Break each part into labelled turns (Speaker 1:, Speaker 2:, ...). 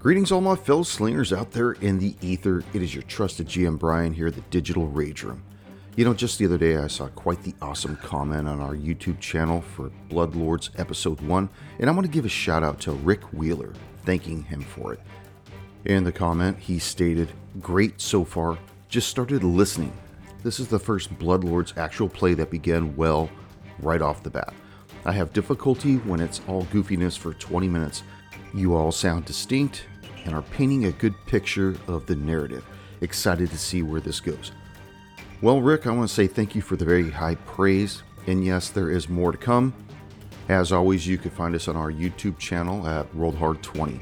Speaker 1: Greetings, all my fellow slingers out there in the ether. It is your trusted GM Brian here, at the Digital Rage Room. You know, just the other day I saw quite the awesome comment on our YouTube channel for Bloodlords Episode 1, and I want to give a shout out to Rick Wheeler, thanking him for it. In the comment, he stated, Great so far, just started listening. This is the first Bloodlords actual play that began well right off the bat. I have difficulty when it's all goofiness for 20 minutes. You all sound distinct and are painting a good picture of the narrative. Excited to see where this goes. Well, Rick, I want to say thank you for the very high praise. And yes, there is more to come. As always, you can find us on our YouTube channel at World Hard 20.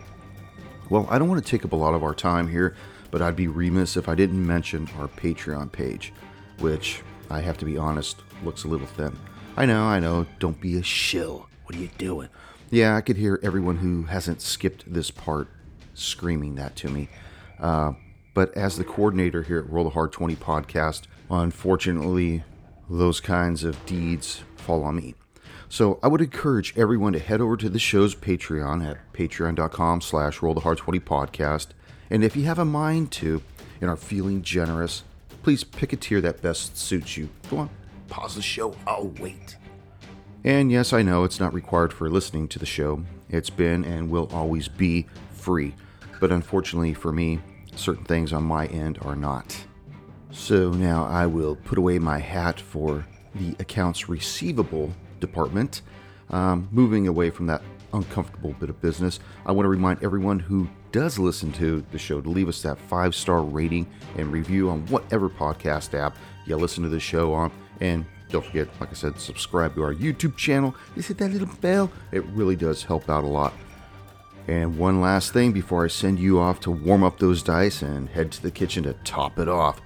Speaker 1: Well, I don't want to take up a lot of our time here, but I'd be remiss if I didn't mention our Patreon page, which I have to be honest looks a little thin. I know, I know, don't be a shill. What are you doing? Yeah, I could hear everyone who hasn't skipped this part screaming that to me. Uh, but as the coordinator here at Roll the Hard 20 podcast, unfortunately, those kinds of deeds fall on me. So I would encourage everyone to head over to the show's Patreon at patreon.com slash roll the hard 20 podcast. And if you have a mind to and are feeling generous, please pick a tier that best suits you. Go on, pause the show. I'll wait. And yes, I know it's not required for listening to the show. It's been and will always be free. But unfortunately for me, certain things on my end are not. So now I will put away my hat for the accounts receivable department. Um, moving away from that uncomfortable bit of business, I want to remind everyone who does listen to the show to leave us that five star rating and review on whatever podcast app you listen to the show on. And don't forget, like I said, subscribe to our YouTube channel. Just hit that little bell, it really does help out a lot. And one last thing before I send you off to warm up those dice and head to the kitchen to top it off,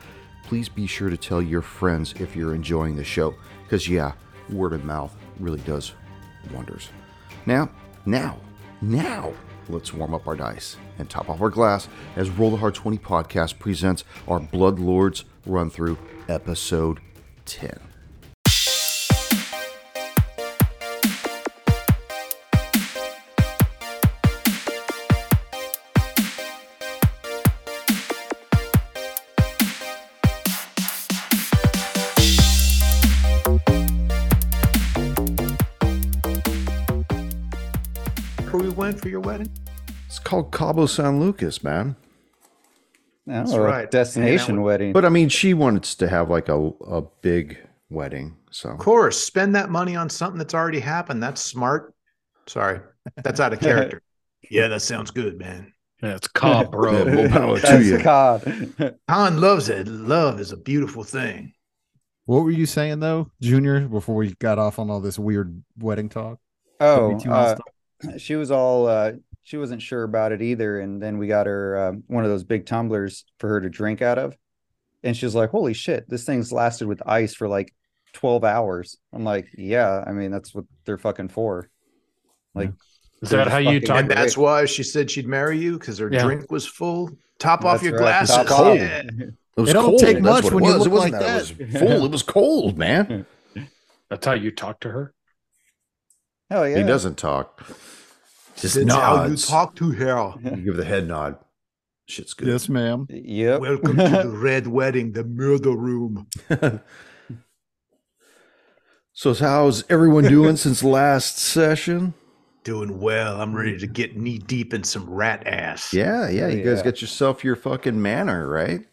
Speaker 1: please be sure to tell your friends if you're enjoying the show. Because, yeah, word of mouth really does wonders. Now, now, now, let's warm up our dice and top off our glass as Roll the Hard 20 podcast presents our Blood Lords run through episode 10.
Speaker 2: where we went for your wedding?
Speaker 1: It's called Cabo San Lucas, man.
Speaker 3: Oh,
Speaker 2: That's
Speaker 3: a
Speaker 2: right.
Speaker 3: Destination
Speaker 2: Hanging out with-
Speaker 3: wedding.
Speaker 1: But I mean, she wants to have like a, a big wedding. So,
Speaker 2: Of course, spend that money on something that's already happened. That's smart. Sorry, that's out of character. yeah, that sounds good, man.
Speaker 4: Yeah, it's cob,
Speaker 1: Yeah,
Speaker 4: bro.
Speaker 1: more power to
Speaker 3: That's
Speaker 1: you.
Speaker 3: God.
Speaker 2: Han loves it. Love is a beautiful thing.
Speaker 5: What were you saying though, Junior, before we got off on all this weird wedding talk?
Speaker 3: Oh,
Speaker 5: Me too,
Speaker 3: uh,
Speaker 5: Austin.
Speaker 3: she was all. Uh, she wasn't sure about it either, and then we got her um, one of those big tumblers for her to drink out of, and she was like, "Holy shit, this thing's lasted with ice for like twelve hours." I'm like, "Yeah, I mean that's what they're fucking for." Like,
Speaker 4: Is that how you
Speaker 3: Fucking
Speaker 4: talk?
Speaker 2: And that's why she said she'd marry you because her
Speaker 4: Yeah.
Speaker 2: drink was full. Top off
Speaker 3: that's
Speaker 2: your
Speaker 3: right,
Speaker 2: glasses.
Speaker 3: top
Speaker 1: cold.
Speaker 3: off.
Speaker 2: Yeah.
Speaker 1: It was
Speaker 5: It don't
Speaker 1: cold.
Speaker 5: take
Speaker 1: That's
Speaker 5: much
Speaker 1: what it
Speaker 5: when you
Speaker 1: was.
Speaker 5: look
Speaker 1: it wasn't
Speaker 5: like
Speaker 1: that. It
Speaker 5: that.
Speaker 1: was full. It was cold, man.
Speaker 4: That's how you talk to her.
Speaker 3: Hell yeah,
Speaker 1: He doesn't talk. Just
Speaker 2: That's how you
Speaker 1: nods.
Speaker 2: talk to her.
Speaker 1: You give the head nod. Shit's good.
Speaker 5: Yes, ma'am.
Speaker 3: Yep.
Speaker 2: Welcome to the red wedding, the murder room.
Speaker 1: so how's everyone doing since last session?
Speaker 2: Doing well. I'm ready to get knee deep in some rat ass.
Speaker 1: Yeah, yeah. You guys
Speaker 3: Yeah.
Speaker 1: got yourself your fucking manor, right?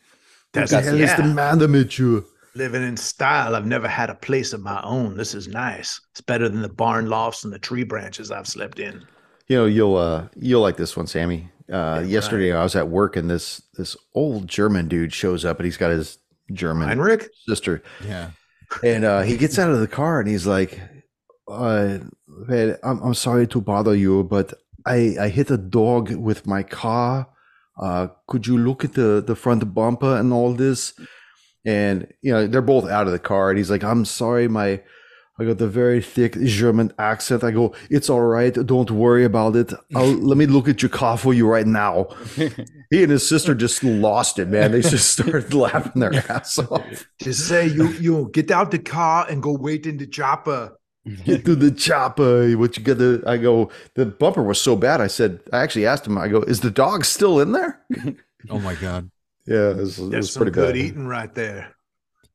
Speaker 2: that's
Speaker 1: What the hell is
Speaker 2: yeah.
Speaker 1: the matter with you?
Speaker 2: Living in style, I've never had a place of my own. This is nice. It's better than the barn lofts and the tree branches I've slept in.
Speaker 1: You know, you'll uh you'll like this one, Sammy. Uh yesterday I was at work and this this old German dude shows up and he's got his German
Speaker 2: Heinrich?
Speaker 1: sister
Speaker 5: Yeah.
Speaker 1: and uh, he gets out of the car and he's like, uh, man, I'm, I'm sorry to bother you, but I, I hit a dog with my car. Uh, could you look at the, the front bumper and all this? And, you know, they're both out of the car. And he's like, I'm sorry, my, I got a very thick German accent. I go, it's all right. Don't worry about it. I'll, let me look at your car for you right now. He and his sister just lost it, man. They just started laughing their ass off.
Speaker 2: Just say you you get out the car and go wait in the chopper.
Speaker 1: Get to the chopper. What you got? The I go. The bumper was so bad. I said. I actually asked him. I go. Is the dog still in there?
Speaker 5: Oh my god.
Speaker 1: Yeah, it was, it
Speaker 2: That's
Speaker 1: was
Speaker 2: some
Speaker 1: pretty
Speaker 2: good
Speaker 1: bad.
Speaker 2: eating right there.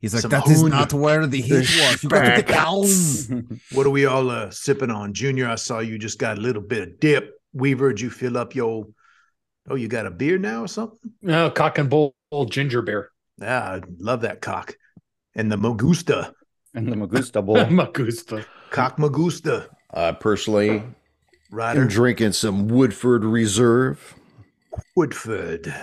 Speaker 5: He's like,
Speaker 2: Some
Speaker 5: that is
Speaker 2: hoon.
Speaker 5: not where the heat was. You got to the cows.
Speaker 2: What are we all uh, sipping on, Junior? I saw you just got a little bit of dip. Weaver, did you fill up your? Oh, you got a beer now or something?
Speaker 4: No, cock and bull ginger beer.
Speaker 2: Ah, I love that cock, and the magusta,
Speaker 3: and the Magusta Bowl.
Speaker 4: Magusta.
Speaker 2: cock magusta,
Speaker 1: I personally
Speaker 2: Ryder
Speaker 1: am drinking some Woodford Reserve.
Speaker 2: Woodford.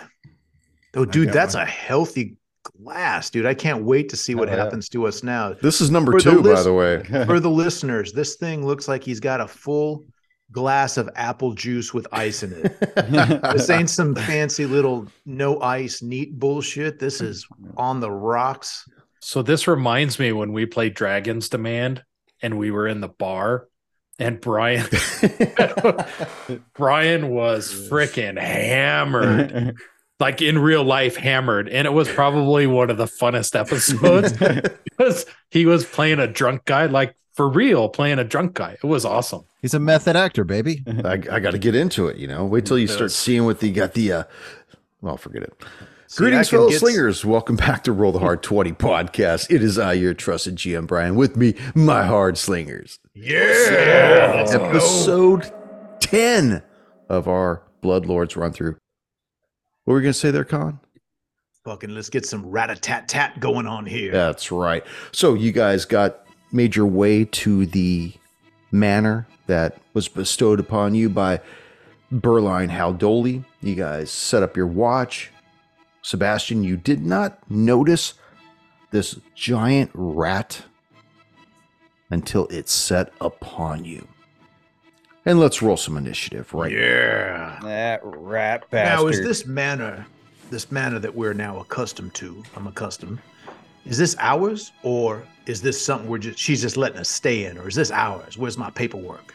Speaker 2: Oh, dude,
Speaker 5: got
Speaker 2: that's
Speaker 5: one.
Speaker 2: a healthy glass, dude. I can't wait to see what
Speaker 3: Oh, yeah.
Speaker 2: happens to us now.
Speaker 1: This is number
Speaker 2: For the
Speaker 1: two, by
Speaker 2: list-
Speaker 1: the way.
Speaker 2: For the listeners, this thing looks like he's got a full glass of apple juice with ice in it. This ain't some fancy little no ice neat bullshit. This is on the rocks.
Speaker 4: So this reminds me when we played Dragon's Demand and we were in the bar and Brian Brian was freaking hammered. Like in real life hammered and it was probably one of the funnest episodes because he was playing a drunk guy like for real playing a drunk guy. It was awesome.
Speaker 5: He's a method actor, baby.
Speaker 1: I, I got to get into it, you know. Wait till you start
Speaker 4: Yes.
Speaker 1: seeing what they got the. uh Well, forget it.
Speaker 2: See, I
Speaker 1: Greetings,
Speaker 2: can
Speaker 1: fellow
Speaker 2: get-
Speaker 1: slingers. Welcome back to Roll the Hard 20 podcast. It is I, your trusted GM Brian, with me, my hard slingers.
Speaker 2: Yeah. let's
Speaker 1: Oh.
Speaker 2: go.
Speaker 1: Episode 10 of our Bloodlords run through. What were we going to say there, Con?
Speaker 2: Fucking let's get some rat a tat tat going on here.
Speaker 1: That's right. So you guys got made your way to the manor that was bestowed upon you by Berline Haldoli. You guys set up your watch. Sebastian, you did not notice this giant rat until it set upon you. And let's roll some initiative right
Speaker 2: Yeah.
Speaker 3: that rat bastard.
Speaker 2: Now, is this manner, this manner that we're now accustomed to, I'm accustomed, is this ours or is this something we're just, she's just letting us stay in or is this ours? Where's my paperwork?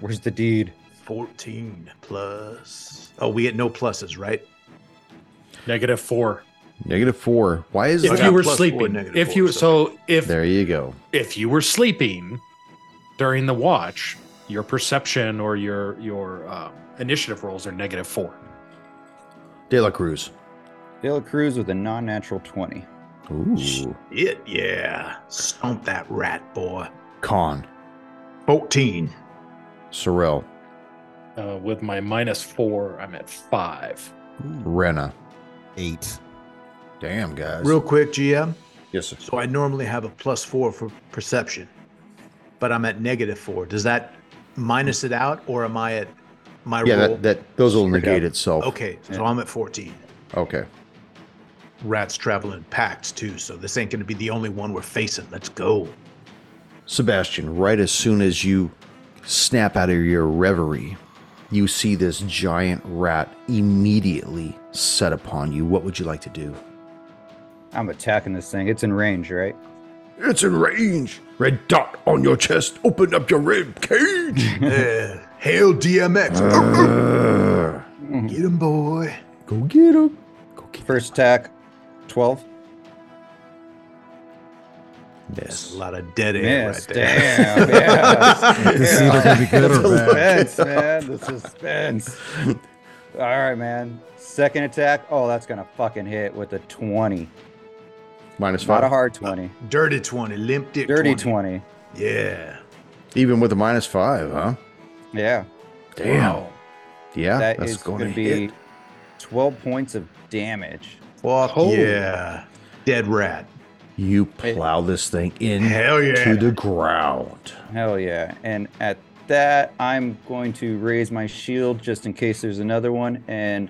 Speaker 3: Where's the deed?
Speaker 2: 14 plus. Oh, we get no pluses, right?
Speaker 4: Negative four.
Speaker 1: Negative four. Why is
Speaker 2: I
Speaker 4: If
Speaker 1: that?
Speaker 2: got
Speaker 4: you were
Speaker 2: plus four,
Speaker 4: sleeping.
Speaker 2: negative
Speaker 4: If
Speaker 2: four,
Speaker 4: you so if
Speaker 1: there you go.
Speaker 4: if you were sleeping during the watch, your perception or your your um, initiative rolls are negative four.
Speaker 1: De La Cruz.
Speaker 3: De La Cruz with a non-natural twenty.
Speaker 1: Ooh.
Speaker 2: It, yeah. Stomp that rat, boy.
Speaker 1: Con.
Speaker 2: 14.
Speaker 1: Sorrel.
Speaker 4: Uh, with my minus four, I'm at five.
Speaker 1: Rena.
Speaker 5: Eight.
Speaker 1: Damn, guys.
Speaker 2: Real quick, GM.
Speaker 1: yes, sir.
Speaker 2: So I normally have a plus four for perception, but I'm at negative four. Does that minus it out or am I at my
Speaker 1: Yeah,
Speaker 2: roll?
Speaker 1: that, that those will
Speaker 3: Straight
Speaker 1: negate
Speaker 3: up.
Speaker 1: itself.
Speaker 2: okay, so
Speaker 3: Yeah.
Speaker 2: I'm at 14.
Speaker 1: Okay.
Speaker 2: Rats travel in packs too, so this ain't going to be the only one we're facing. Let's go.
Speaker 1: Sebastian, right as soon as you snap out of your reverie, you see this giant rat immediately set upon you. What would you like to do?
Speaker 3: I'm attacking this thing. It's in range, right?
Speaker 1: It's in range. Red dot on your chest. Open up your rib cage.
Speaker 2: Uh, hail DMX.
Speaker 1: Uh,
Speaker 2: Get him, boy.
Speaker 1: go get him. Go get him.
Speaker 3: First attack, twelve.
Speaker 2: That's a lot of dead air
Speaker 3: Yes,
Speaker 2: right there.
Speaker 3: damn. yeah.
Speaker 5: This is either gonna be good or
Speaker 3: The
Speaker 5: bad.
Speaker 3: suspense, man. The suspense. All right, man. Second attack. Oh, that's gonna fucking hit with a twenty.
Speaker 1: Minus
Speaker 3: Not a
Speaker 1: five.
Speaker 3: hard twenty.
Speaker 2: Dirty 20, limp dick
Speaker 3: Dirty
Speaker 2: 20.
Speaker 3: twenty.
Speaker 2: Yeah.
Speaker 1: Even with a minus five, huh?
Speaker 3: Yeah.
Speaker 1: Damn.
Speaker 4: Wow.
Speaker 1: Yeah,
Speaker 3: that
Speaker 1: that's
Speaker 3: is
Speaker 1: going
Speaker 3: gonna
Speaker 1: to
Speaker 3: be twelve points of damage.
Speaker 2: Fuck
Speaker 4: Oh.
Speaker 2: yeah. Dead rat.
Speaker 1: You plow this thing in
Speaker 2: Hell yeah.
Speaker 1: to the ground.
Speaker 3: Hell yeah. And at that, I'm going to raise my shield just in case there's another one. And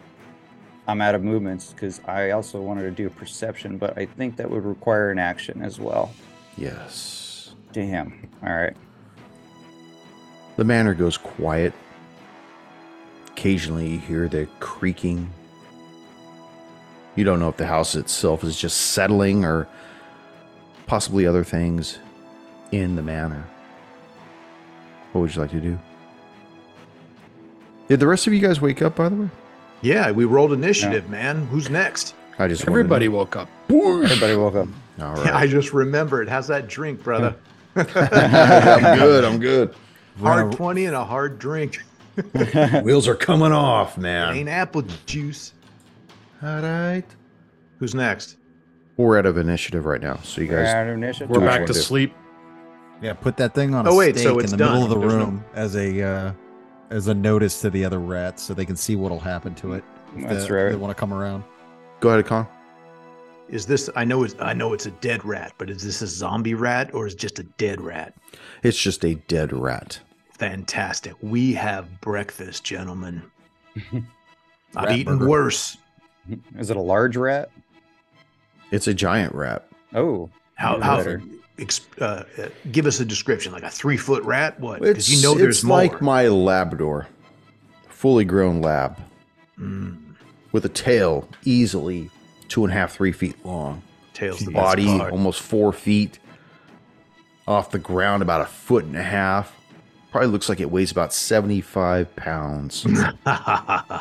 Speaker 3: I'm out of movements because I also wanted to do perception, but I think that would require an action as well.
Speaker 1: Yes.
Speaker 3: Damn. All right.
Speaker 1: The manor goes quiet. Occasionally, you hear the creaking. You don't know if the house itself is just settling or possibly other things in the manor. What would you like to do? Did the rest of you guys wake up, by the way?
Speaker 2: Yeah, we rolled initiative, man. Who's next?
Speaker 1: I just wanted to-
Speaker 4: Everybody woke up.
Speaker 3: Everybody woke up.
Speaker 1: All
Speaker 2: I
Speaker 1: right.
Speaker 2: just remembered. How's that drink, brother?
Speaker 1: I'm good. I'm good.
Speaker 2: Hard
Speaker 5: Ran a-
Speaker 2: 20 and a hard drink.
Speaker 1: Wheels are coming off,
Speaker 2: Ain't
Speaker 1: man.
Speaker 2: apple juice.
Speaker 1: All right.
Speaker 2: Who's next?
Speaker 1: We're out of initiative right now, so you guys.
Speaker 4: We're
Speaker 1: Do
Speaker 4: back
Speaker 1: what
Speaker 4: to
Speaker 1: I do.
Speaker 4: sleep.
Speaker 5: Yeah, put that thing on
Speaker 2: Oh,
Speaker 5: a
Speaker 2: wait,
Speaker 5: stake
Speaker 2: so it's
Speaker 5: in the
Speaker 2: done.
Speaker 5: middle of the
Speaker 2: There's no-
Speaker 5: room as a uh, as a notice to the other rats, so they can see what'll happen to it. if
Speaker 3: That's
Speaker 5: they,
Speaker 3: right.
Speaker 5: They want to come around.
Speaker 1: Go ahead, Con.
Speaker 2: Is this? I know it's. I know it's a dead rat, but is this a zombie rat or is it just a dead rat?
Speaker 1: It's just a dead rat.
Speaker 2: Fantastic. We have breakfast, gentlemen. I've
Speaker 1: Rat
Speaker 2: eaten
Speaker 1: burger.
Speaker 2: worse.
Speaker 3: Is it a large rat?
Speaker 1: It's a giant rat.
Speaker 3: Oh,
Speaker 2: How?
Speaker 3: Even
Speaker 2: how
Speaker 3: better.
Speaker 2: ex, uh, uh, give us a description, like a three foot rat. What?
Speaker 1: It's,
Speaker 2: Because you know there's
Speaker 1: it's like
Speaker 2: more.
Speaker 1: my Labrador, fully grown lab,
Speaker 2: Mm,
Speaker 1: with a tail easily two and a half, three feet long,
Speaker 2: tails the best
Speaker 1: body
Speaker 2: part.
Speaker 1: almost four feet off the ground, about a foot and a half. Probably looks like it weighs about 75 pounds.
Speaker 2: Hmm.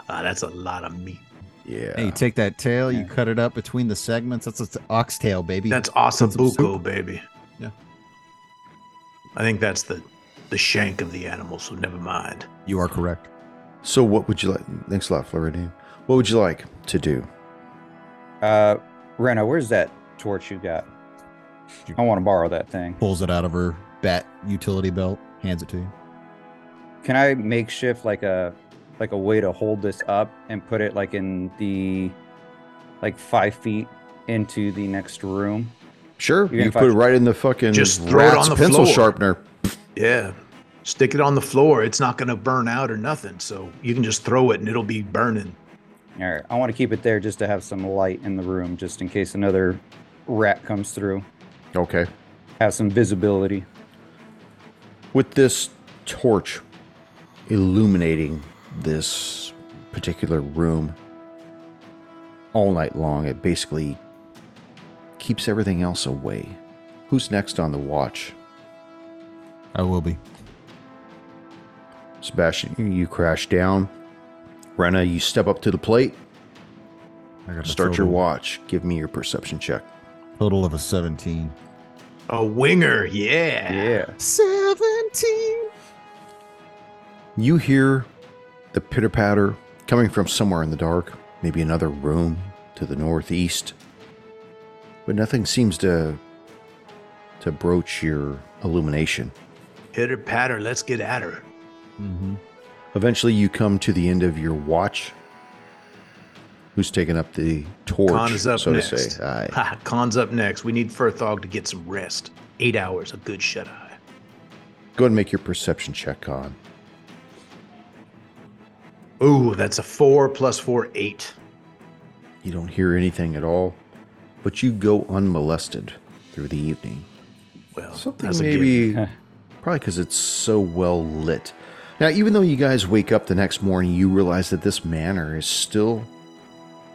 Speaker 2: That's a lot of meat.
Speaker 1: yeah.
Speaker 5: Hey, you take that tail, you
Speaker 3: Yeah.
Speaker 5: cut it up between the segments. That's an oxtail, baby.
Speaker 2: That's
Speaker 5: some
Speaker 2: Asabuco,
Speaker 5: soup.
Speaker 2: baby.
Speaker 5: Yeah.
Speaker 2: I think that's the the shank of the animal, so never mind.
Speaker 5: you are correct.
Speaker 1: So, what would you like? Thanks a lot, Floridian. What would you like to do?
Speaker 3: uh, Rena, where's that torch you got? I want to borrow that thing.
Speaker 5: Pulls it out of her bat utility belt, hands it to you.
Speaker 3: Can I makeshift like a like a way to hold this up and put it like in the like five feet into the next room?
Speaker 1: Sure.
Speaker 3: You're
Speaker 1: You
Speaker 3: gonna
Speaker 1: put it
Speaker 3: fuck-
Speaker 1: right in the fucking
Speaker 2: Just throw it on
Speaker 1: rat's
Speaker 2: the
Speaker 1: pencil
Speaker 2: floor.
Speaker 1: sharpener.
Speaker 2: Yeah. Stick it on the floor. It's not going to burn out or nothing. So you can just throw it and it'll be burning.
Speaker 3: All right, I want to keep it there just to have some light in the room, just in case another rat comes through.
Speaker 1: Okay.
Speaker 3: Have some visibility.
Speaker 1: with this torch illuminating this particular room all night long, it basically keeps everything else away. Who's next on the watch?
Speaker 5: I will be.
Speaker 1: Sebastian, you crash down. Rena, you step up to the plate.
Speaker 5: I got a
Speaker 1: Start your
Speaker 5: total-
Speaker 1: watch. Give me your perception check.
Speaker 5: Total of a seventeen.
Speaker 2: A winger. Yeah.
Speaker 3: Yeah.
Speaker 5: Seventeen.
Speaker 1: You hear the pitter patter coming from somewhere in the dark, maybe another room to the northeast. But nothing seems to to broach your illumination.
Speaker 2: Pitter patter. Let's get at her.
Speaker 5: Mm-hmm.
Speaker 1: Eventually you come to the end of your watch. Who's taking up the torch,
Speaker 2: Khan is up
Speaker 1: so
Speaker 2: next.
Speaker 1: to say. Aye.
Speaker 2: Ha, Khan's up next. We need Furthog to get some rest. Eight hours, a good shut eye.
Speaker 1: Go ahead and make your perception check, Khan.
Speaker 2: Ooh, that's a four plus four, eight.
Speaker 1: You don't hear anything at all, but you go unmolested through the evening.
Speaker 2: Well,
Speaker 1: Something
Speaker 2: that's a given.
Speaker 1: maybe probably because it's so well lit. Now, even though you guys wake up the next morning, you realize that this manor is still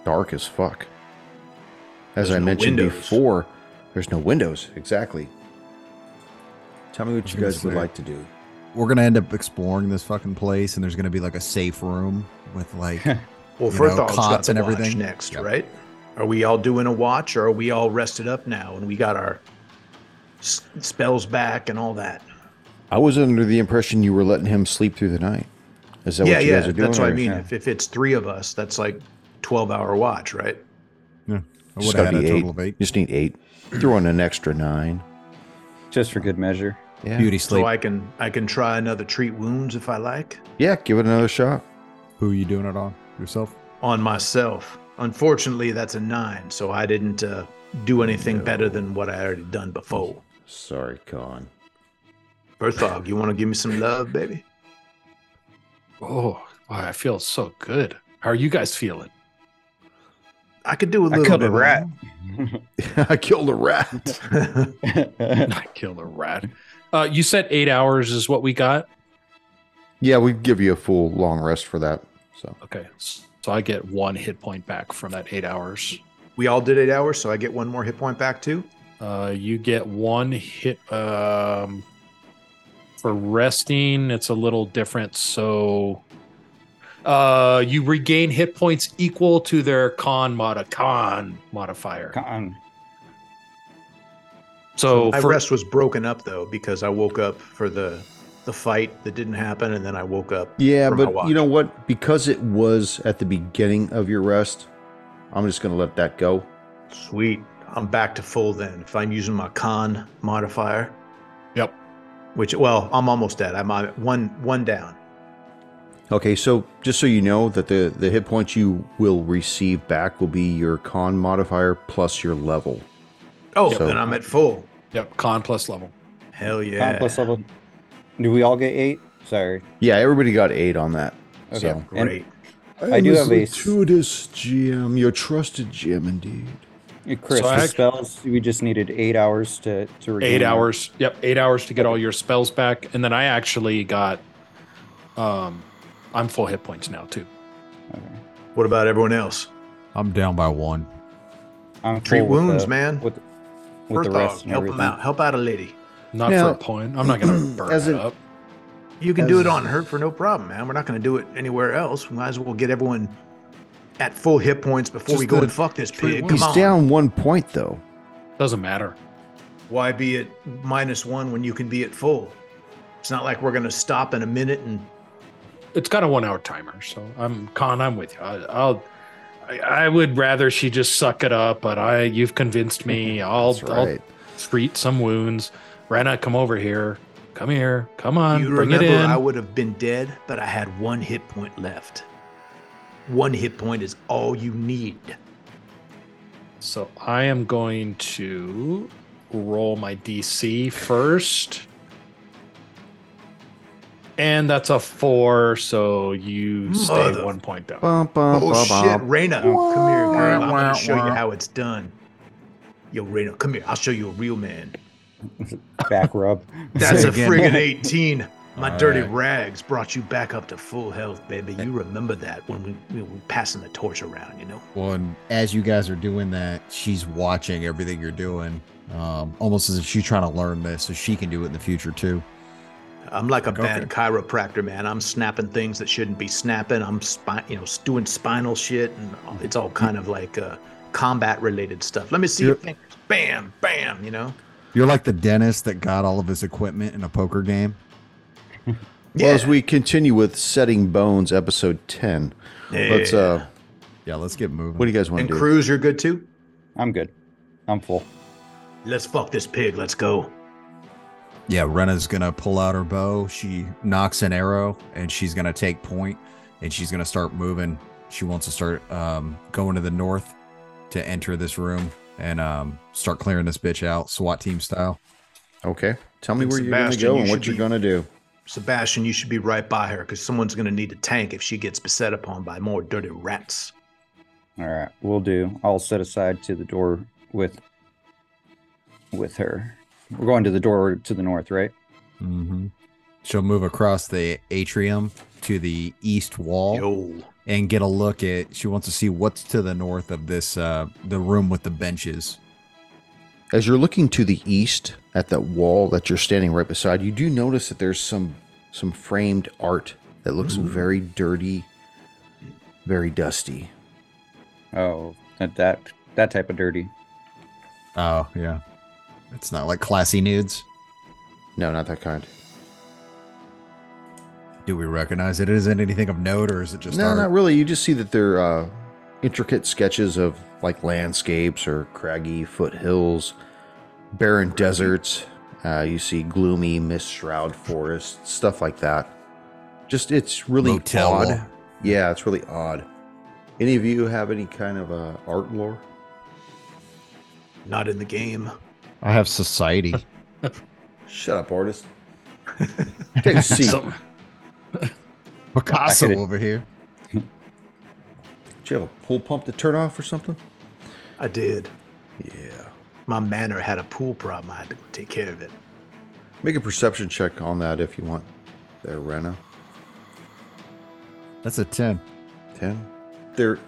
Speaker 1: dark as fuck. As
Speaker 2: There's
Speaker 1: I
Speaker 2: no
Speaker 1: mentioned
Speaker 2: windows.
Speaker 1: before, there's no windows. Exactly. Tell me what you
Speaker 5: gonna
Speaker 1: guys would
Speaker 5: say-
Speaker 1: like to do.
Speaker 5: We're gonna end up exploring this fucking place, and there's gonna be like a safe room with like
Speaker 2: Well,
Speaker 5: you know,
Speaker 2: Furthog's got
Speaker 5: cots
Speaker 2: the
Speaker 5: and
Speaker 2: watch
Speaker 5: everything.
Speaker 2: next,
Speaker 5: Yep.
Speaker 2: right? Are we all doing a watch, or are we all rested up now and we got our s- spells back and all that?
Speaker 1: I was under the impression you were letting him sleep through the night. Is that
Speaker 2: yeah,
Speaker 1: what you
Speaker 2: yeah,
Speaker 1: guys are doing?
Speaker 2: that's what I
Speaker 1: or-
Speaker 2: mean.
Speaker 3: yeah.
Speaker 2: If, if it's three of us, that's like twelve-hour watch, right?
Speaker 5: I
Speaker 1: Just
Speaker 5: would
Speaker 1: gotta
Speaker 5: have had a
Speaker 1: be
Speaker 5: total of eight.
Speaker 1: You just need eight. Throw in an extra nine.
Speaker 3: Just for good measure.
Speaker 1: Yeah.
Speaker 5: Beauty
Speaker 2: So
Speaker 5: sleep.
Speaker 2: I can I can try another treat wounds if I like
Speaker 1: Yeah, give it another shot.
Speaker 5: Who are you doing it on? Yourself?
Speaker 2: on myself. Unfortunately, that's a nine, so I didn't uh, do anything
Speaker 1: No.
Speaker 2: better than what I already done before.
Speaker 1: Sorry, Con.
Speaker 2: Berthog, you want to give me some love, baby?
Speaker 4: Oh, wow, I feel so good. How are you guys feeling?
Speaker 2: I could do a
Speaker 3: I
Speaker 2: little
Speaker 3: killed
Speaker 2: bit
Speaker 3: a rat.
Speaker 1: I killed a rat.
Speaker 2: more.
Speaker 4: Not kill a rat. Uh, you said eight hours is what we got.
Speaker 1: Yeah, we give you a full long rest for that. So
Speaker 4: Okay, s- so I get one hit point back from that eight hours.
Speaker 2: we all did eight hours, so I get one more hit point back too.
Speaker 4: Uh, you get one hit um, for resting. It's a little different. So uh, you regain hit points equal to their con mod con modifier.
Speaker 3: Con.
Speaker 4: So
Speaker 2: My
Speaker 4: for,
Speaker 2: rest was broken up though because I woke up for the the fight that didn't happen, and then I woke up.
Speaker 1: Yeah,
Speaker 2: for my
Speaker 1: but
Speaker 2: watch.
Speaker 1: you know what? Because it was at the beginning of your rest, I'm just going to let that go.
Speaker 2: Sweet. I'm back to full then. If I'm using my con modifier.
Speaker 4: Yep.
Speaker 2: Which well, I'm almost dead. I'm on one one down.
Speaker 1: Okay, so just so you know that the the hit points you will receive back will be your con modifier plus your level.
Speaker 2: Oh,
Speaker 1: So-
Speaker 2: then I'm at full.
Speaker 4: yep, con plus level.
Speaker 2: Hell
Speaker 3: Con
Speaker 2: yeah.
Speaker 3: plus level. Do we all get eight? Sorry.
Speaker 1: Yeah, everybody got eight on that.
Speaker 3: Okay.
Speaker 1: So
Speaker 3: And-
Speaker 2: Great.
Speaker 3: I do have a-
Speaker 1: gratuitous GM, your trusted GM indeed.
Speaker 3: Chris,
Speaker 4: So
Speaker 3: the
Speaker 4: I-
Speaker 3: spells we just needed eight hours to to regain.
Speaker 4: eight
Speaker 3: them.
Speaker 4: hours yep eight hours to get all your spells back and then i actually got um i'm full hit points now too
Speaker 2: What about everyone else?
Speaker 5: I'm down by one.
Speaker 3: I'm
Speaker 2: Treat
Speaker 3: full with uh,
Speaker 2: wounds,
Speaker 3: the-
Speaker 2: man.
Speaker 3: With with
Speaker 2: Bird
Speaker 3: the
Speaker 2: dog,
Speaker 3: rest and
Speaker 2: help
Speaker 3: everything.
Speaker 2: him out. Help out a lady.
Speaker 4: not
Speaker 1: Now-
Speaker 4: for a point i'm not gonna burn
Speaker 1: As
Speaker 4: that
Speaker 1: an-
Speaker 4: up
Speaker 2: You can do
Speaker 1: As-
Speaker 2: it on her for no problem, man. We're not going to do it anywhere else. We might as well get everyone at full hit points before we
Speaker 5: Just
Speaker 2: go
Speaker 5: the
Speaker 2: and fuck this
Speaker 5: straight
Speaker 2: pig.
Speaker 5: one.
Speaker 2: Come
Speaker 1: He's
Speaker 2: on.
Speaker 1: down one point though.
Speaker 4: doesn't matter
Speaker 2: Why be at minus one when you can be at full? It's not like we're going to stop in a minute and
Speaker 4: it's got a one hour timer so i'm con i'm with you I, i'll I, I would rather she just suck it up but i you've convinced me i'll
Speaker 1: That's
Speaker 4: i'll
Speaker 1: right.
Speaker 4: treat some wounds Rana, come over here come here come on
Speaker 2: you
Speaker 4: bring
Speaker 2: remember
Speaker 4: it in
Speaker 2: I would have been dead, but I had one hit point left. One hit point is all you need.
Speaker 4: So I am going to roll my DC first. And that's a four, so you stay
Speaker 2: Mother-
Speaker 4: one point down.
Speaker 1: Bum, bum,
Speaker 2: Oh
Speaker 1: bum,
Speaker 2: shit,
Speaker 1: bum.
Speaker 2: Reyna, come here, girl. I'm
Speaker 5: Wah,
Speaker 2: gonna show
Speaker 5: wah.
Speaker 2: you how it's done. Yo, Reyna, come here. I'll show you a real man.
Speaker 3: Back rub.
Speaker 2: That's
Speaker 5: Say
Speaker 2: a
Speaker 5: again.
Speaker 2: friggin' 18. My
Speaker 5: All
Speaker 2: dirty
Speaker 5: right.
Speaker 2: rags brought you back up to full health, baby. You remember that when we, we were passing the torch around, you know?
Speaker 5: Well, and as you guys are doing that, she's watching everything you're doing, um, almost as if she's trying to learn this so she can do it in the future too.
Speaker 2: I'm like a
Speaker 5: Okay.
Speaker 2: bad chiropractor, man. I'm snapping things that shouldn't be snapping. I'm spine, you know, doing spinal shit, and it's all kind of like uh, combat-related stuff. Let me see your
Speaker 5: You're-
Speaker 2: fingers. Bam, bam. You know?
Speaker 5: You're like the dentist that got all of his equipment in a poker game.
Speaker 1: Well, as we continue with setting bones, episode ten. Let's
Speaker 2: Yeah.
Speaker 1: uh,
Speaker 5: Yeah, let's get moving.
Speaker 1: what do you guys want
Speaker 2: and
Speaker 1: to do?
Speaker 2: Cruz, you're good too.
Speaker 3: I'm good. I'm full.
Speaker 2: Let's fuck this pig. Let's go.
Speaker 5: Yeah, Rena's gonna pull out her bow. She knocks an arrow, and she's gonna take point, and she's gonna start moving. She wants to start um, going to the north to enter this room and um, start clearing this bitch out, SWAT team style.
Speaker 1: Okay, tell me
Speaker 2: And
Speaker 1: where you're going to
Speaker 2: Sebastian,
Speaker 1: go
Speaker 2: you
Speaker 1: and what
Speaker 2: should
Speaker 1: you're
Speaker 2: be-
Speaker 1: going to do.
Speaker 2: Sebastian, you should be right by her because someone's gonna need a tank if she gets beset upon by more dirty rats.
Speaker 3: All right, we'll do. I'll set aside to the door with with her. We're going to the door to the north, right?
Speaker 5: Mm-hmm. She'll move across the atrium to the east wall
Speaker 2: Yo,
Speaker 5: and get a look at. She wants to see what's to the north of this, uh, the room with the benches.
Speaker 1: As you're looking to the east at that wall that you're standing right beside, you do notice that there's some some framed art that looks very dirty, very dusty.
Speaker 3: Oh, that that that type of dirty.
Speaker 5: Oh yeah, it's not like classy nudes.
Speaker 1: No, not that kind.
Speaker 5: Do we recognize it? Is it anything of note, or is it just
Speaker 1: no,
Speaker 5: art?
Speaker 1: not really. You just see that they're uh, intricate sketches of like landscapes or craggy foothills, barren deserts. Uh, you see gloomy, mist shroud forests, stuff like that. Just it's really
Speaker 5: Motel
Speaker 1: odd.
Speaker 5: wall.
Speaker 1: Yeah, it's really odd. Any of you have any kind of uh, art lore?
Speaker 2: not in the game.
Speaker 5: I have society.
Speaker 1: Shut up, artist. Take a seat.
Speaker 4: Some-
Speaker 5: Picasso
Speaker 3: I could-
Speaker 5: over here.
Speaker 1: Do you have a pool pump to turn off or something?
Speaker 2: I did.
Speaker 1: Yeah.
Speaker 2: My manor had a pool problem. I had to go take care of it.
Speaker 1: Make a perception check on that if you want. There, Rena.
Speaker 5: That's a ten.
Speaker 1: 10. They're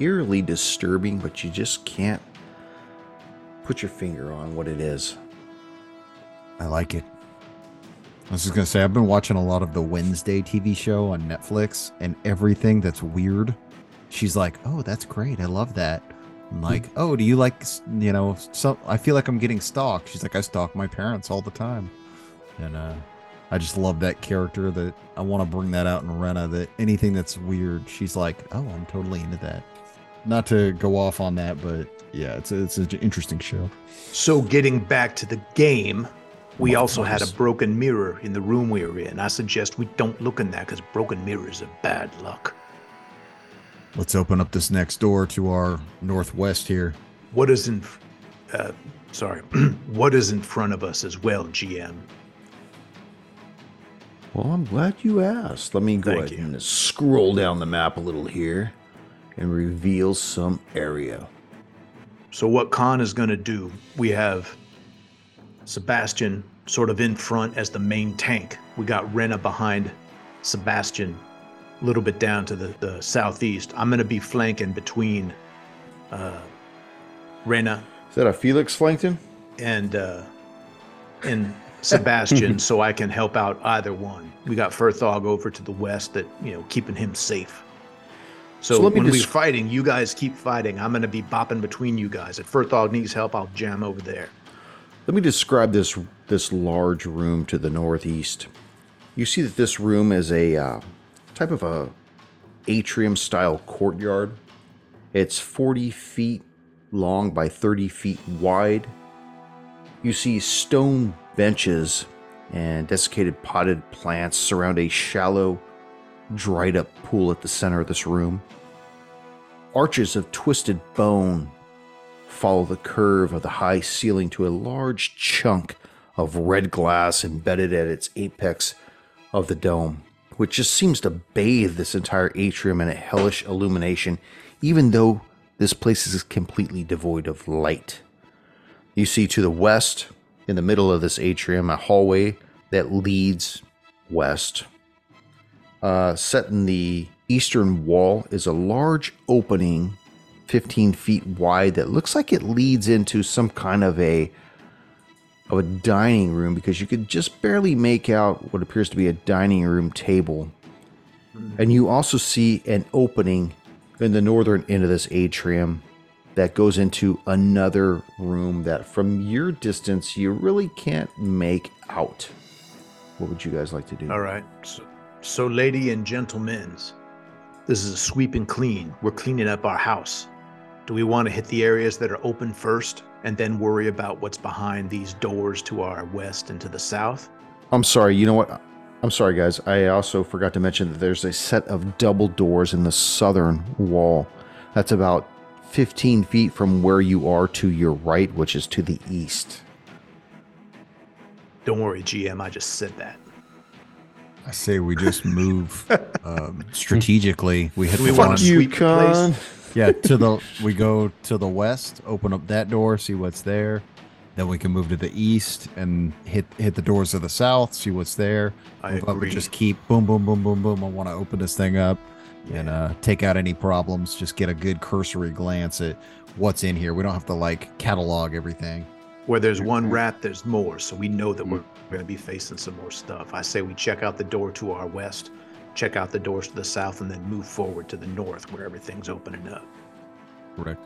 Speaker 1: eerily disturbing, but you just can't put your finger on what it is.
Speaker 5: I like it. I was just gonna say I've been watching a lot of the Wednesday TV show on Netflix, and everything that's weird, she's like, "Oh, that's great! I love that." I'm like, oh, do you like, s- you know, so I feel like I'm getting stalked. She's like, I stalk my parents all the time. And uh, I just love that character that I want to bring that out in Rena that anything that's weird, she's like, oh, I'm totally into that. Not to go off on that, but yeah, it's, it's an interesting show.
Speaker 2: So, getting back to the game, we
Speaker 5: Of
Speaker 2: also had a
Speaker 5: course.
Speaker 2: broken mirror in the room we were in. I suggest we don't look in that because broken mirrors are bad luck.
Speaker 5: Let's open up this next door to our northwest here.
Speaker 2: What is in, f- uh, sorry, what is in front of us as well, GM?
Speaker 1: Well, I'm glad you asked. Let me go
Speaker 2: Thank
Speaker 1: ahead
Speaker 2: you.
Speaker 1: and scroll down the map a little here and reveal some area.
Speaker 2: So, what Khan is going to do, we have Sebastian sort of in front as the main tank. We got Rena behind Sebastian, a little bit down to the, the southeast. I'm going to be flanking between uh, Rena
Speaker 1: Is that a Felix Flankton?
Speaker 2: and uh, and Sebastian, so I can help out either one. We got Furthog over to the west, that you know, keeping him safe. So,
Speaker 1: So let me
Speaker 2: when we're
Speaker 1: just-
Speaker 2: fighting, you guys keep fighting. I'm going to be bopping between you guys. If Furthog needs help, I'll jam over there.
Speaker 1: Let me describe this this large room to the northeast. You see that this room is a uh, type of a atrium style courtyard. It's 40 feet long by 30 feet wide. You see stone benches and desiccated potted plants surround a shallow, dried up pool at the center of this room. Arches of twisted bone follow the curve of the high ceiling to a large chunk of red glass embedded at its apex of the dome, which just seems to bathe this entire atrium in a hellish illumination, even though this place is completely devoid of light. You see to the west, in the middle of this atrium, a hallway that leads west. Uh, set in the eastern wall is a large opening 15 feet wide that looks like it leads into some kind of a of a dining room because you could just barely make out what appears to be a dining room table and you also see an opening in the northern end of this atrium that goes into another room that from your distance you really can't make out what would you guys like to do
Speaker 2: All right. So, so lady and gentlemen's, this is a sweep and clean. We're cleaning up our house. Do we want to hit the areas that are open first and then worry about what's behind these doors to our west and to the south?
Speaker 1: I'm sorry. You know what? I'm sorry, guys. I also forgot to mention that there's a set of double doors in the southern wall. That's about 15 feet from where you are to your right, which is to the east.
Speaker 2: Don't worry, GM, I just said that.
Speaker 5: I say we just move um, strategically. We hit
Speaker 2: Do we
Speaker 5: the
Speaker 2: wanna
Speaker 5: one-
Speaker 2: s- sweep the place?
Speaker 1: Con.
Speaker 5: yeah to the we go to the west open up that door see what's there then we can move to the east and hit hit the doors of the south see what's there
Speaker 2: I
Speaker 5: move up
Speaker 2: agree.
Speaker 5: and just keep boom boom boom boom boom i want to open this thing up and uh take out any problems just get a good cursory glance at what's in here we don't have to like catalog everything
Speaker 2: Where there's one rat, there's more. So we know that we're going to be facing some more stuff. I say we check out the door to our west, check out the doors to the south, and then move forward to the north where everything's opening up.
Speaker 5: correct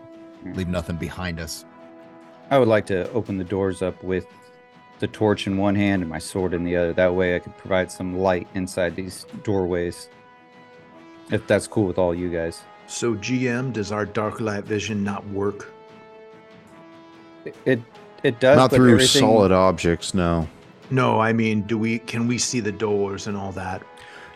Speaker 5: leave nothing behind us
Speaker 3: I would like to open the doors up with the torch in one hand and my sword in the other. That way I could provide some light inside these doorways. If that's cool with all you guys.
Speaker 2: So, GM, does our dark light vision not work?
Speaker 3: It it, it does
Speaker 1: Not
Speaker 3: but
Speaker 1: through
Speaker 3: everything-
Speaker 1: solid objects, no.
Speaker 2: No, I mean, do we can we see the doors and all that?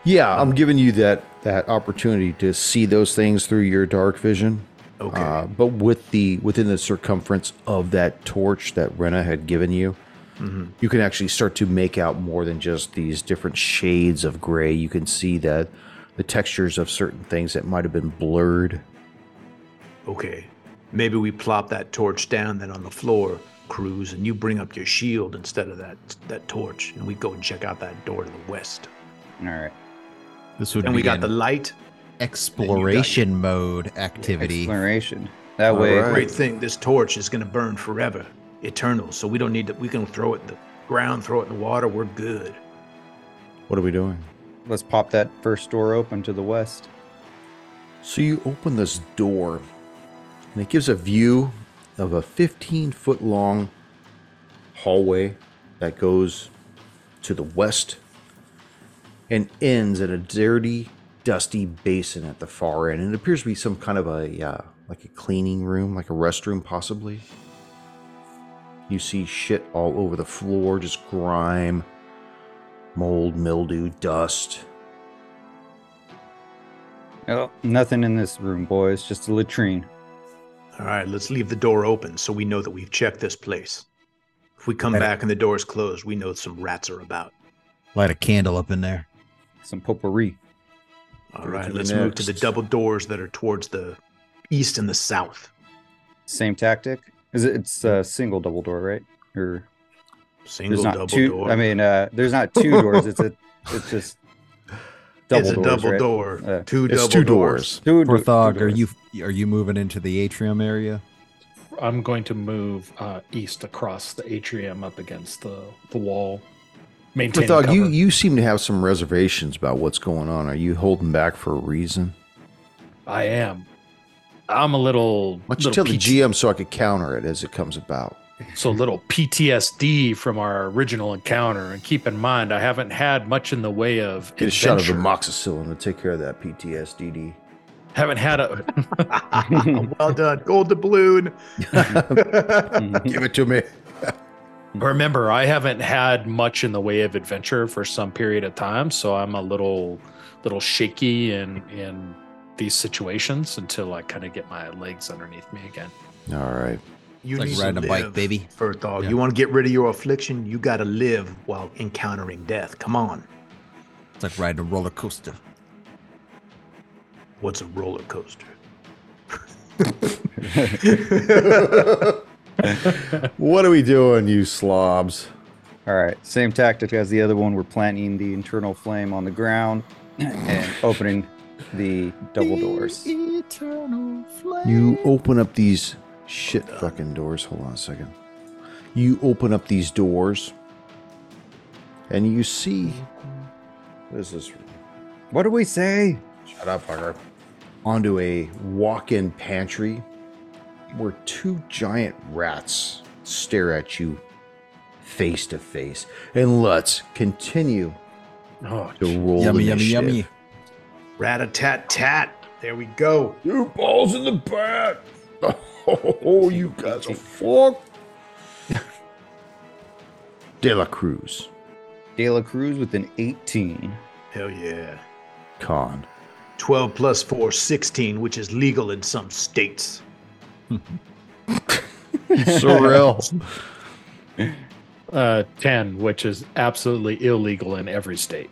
Speaker 1: Yeah, I'm giving you that that opportunity to see those things through your dark vision.
Speaker 2: Okay.
Speaker 1: Uh, but with the within the circumference of that torch that Rena had given you,
Speaker 2: Mhm.
Speaker 1: you can actually start to make out more than just these different shades of gray. You can see that the textures of certain things that might have been blurred.
Speaker 2: Okay. Maybe we plop that torch down then on the floor, Cruz, and you bring up your shield instead of that that torch, and we go and check out that door to the west.
Speaker 3: All right.
Speaker 5: this would
Speaker 2: And
Speaker 5: be
Speaker 2: we got
Speaker 5: an
Speaker 2: the light.
Speaker 5: exploration mode activity
Speaker 3: Exploration. That
Speaker 1: All
Speaker 3: way
Speaker 1: right.
Speaker 2: Great thing. This torch is gonna burn forever, eternal. So we don't need to. We can throw it in the ground, throw it in the water. We're good.
Speaker 1: What are we doing?
Speaker 3: let's pop that first door open to the west.
Speaker 1: So you open this door, and it gives a view of a 15 foot long hallway that goes to the west and ends at a dirty, dusty basin at the far end. And it appears to be some kind of a uh, like a cleaning room, like a restroom, possibly. You see shit all over the floor, just grime, mold, mildew, dust.
Speaker 3: Oh, nothing in this room, boys. Just a latrine.
Speaker 2: All right, let's leave the door open so we know that we've checked this place. If we come back and the door's closed, we know some rats are about.
Speaker 5: Light a candle up in there.
Speaker 3: Some potpourri.
Speaker 2: All
Speaker 1: Go to
Speaker 2: right,
Speaker 1: the
Speaker 2: let's move to the
Speaker 1: next.
Speaker 2: double doors that are towards the east and the south.
Speaker 3: Same tactic. Is it? It's a single double door, right? Or
Speaker 2: Single
Speaker 3: there's not
Speaker 2: double
Speaker 3: two.
Speaker 2: door.
Speaker 3: I mean, uh, there's not two doors. It's a. It's just. Double
Speaker 2: it's a
Speaker 3: doors,
Speaker 2: double
Speaker 3: right?
Speaker 2: door.
Speaker 3: Uh,
Speaker 2: two
Speaker 1: It's
Speaker 2: double
Speaker 1: two doors.
Speaker 2: doors.
Speaker 3: Two, do- two
Speaker 5: Porthog, are
Speaker 3: doors.
Speaker 5: you are you moving into the atrium area?
Speaker 4: I'm going to move uh, east across the atrium up against the, the wall. Maintain
Speaker 1: Thug, you,
Speaker 4: cover.
Speaker 1: you seem to have some reservations about what's going on. Are you holding back for a reason?
Speaker 4: I am. I'm a little.
Speaker 1: Why don't you
Speaker 4: little
Speaker 1: tell the
Speaker 4: PT
Speaker 1: GM so I could counter it as it comes about?
Speaker 4: so little PTSD from our original encounter. And keep in mind, I haven't had much in the way of
Speaker 1: Get a shot of
Speaker 4: adventure.
Speaker 1: amoxicillin to take care of that PTSD.
Speaker 4: Haven't had a
Speaker 2: well done. Gold doubloon.
Speaker 3: Mm-hmm.
Speaker 1: Give it to me.
Speaker 4: remember. I haven't had much in the way of adventure for some period of time, so I'm a little little shaky in in these situations until I kind of get my legs underneath me again.
Speaker 1: All right.
Speaker 2: You
Speaker 5: Like
Speaker 2: need
Speaker 5: riding
Speaker 2: to
Speaker 5: a bike,
Speaker 2: live,
Speaker 5: baby.
Speaker 2: Fur dog.
Speaker 5: Yeah.
Speaker 2: You want to get rid of your affliction? You got to live while encountering death. Come on.
Speaker 5: It's like riding a roller coaster.
Speaker 2: What's a roller coaster?
Speaker 1: What are we doing, you slobs?
Speaker 3: All right, same tactic as the other one. We're planting the internal flame on the ground and opening the double doors.
Speaker 1: You open up these shit fucking doors. Hold on a second. You open up these doors and you see. What is this?
Speaker 3: What do we say?
Speaker 1: Shut up, fucker. Onto a walk in pantry where two giant rats stare at you face to face. And let's continue
Speaker 4: Oh,
Speaker 1: to roll
Speaker 5: yummy, yummy,
Speaker 1: initiative.
Speaker 5: yummy.
Speaker 2: Rat a tat tat. There we go.
Speaker 1: Your balls in the bat. Oh, you guys are fucked. De La Cruz,
Speaker 3: De La Cruz with an 18.
Speaker 2: Hell yeah.
Speaker 1: con.
Speaker 2: 12 plus 4, 16, which is legal in some states.
Speaker 1: Sorrel.
Speaker 4: uh, ten, which is absolutely illegal in every state.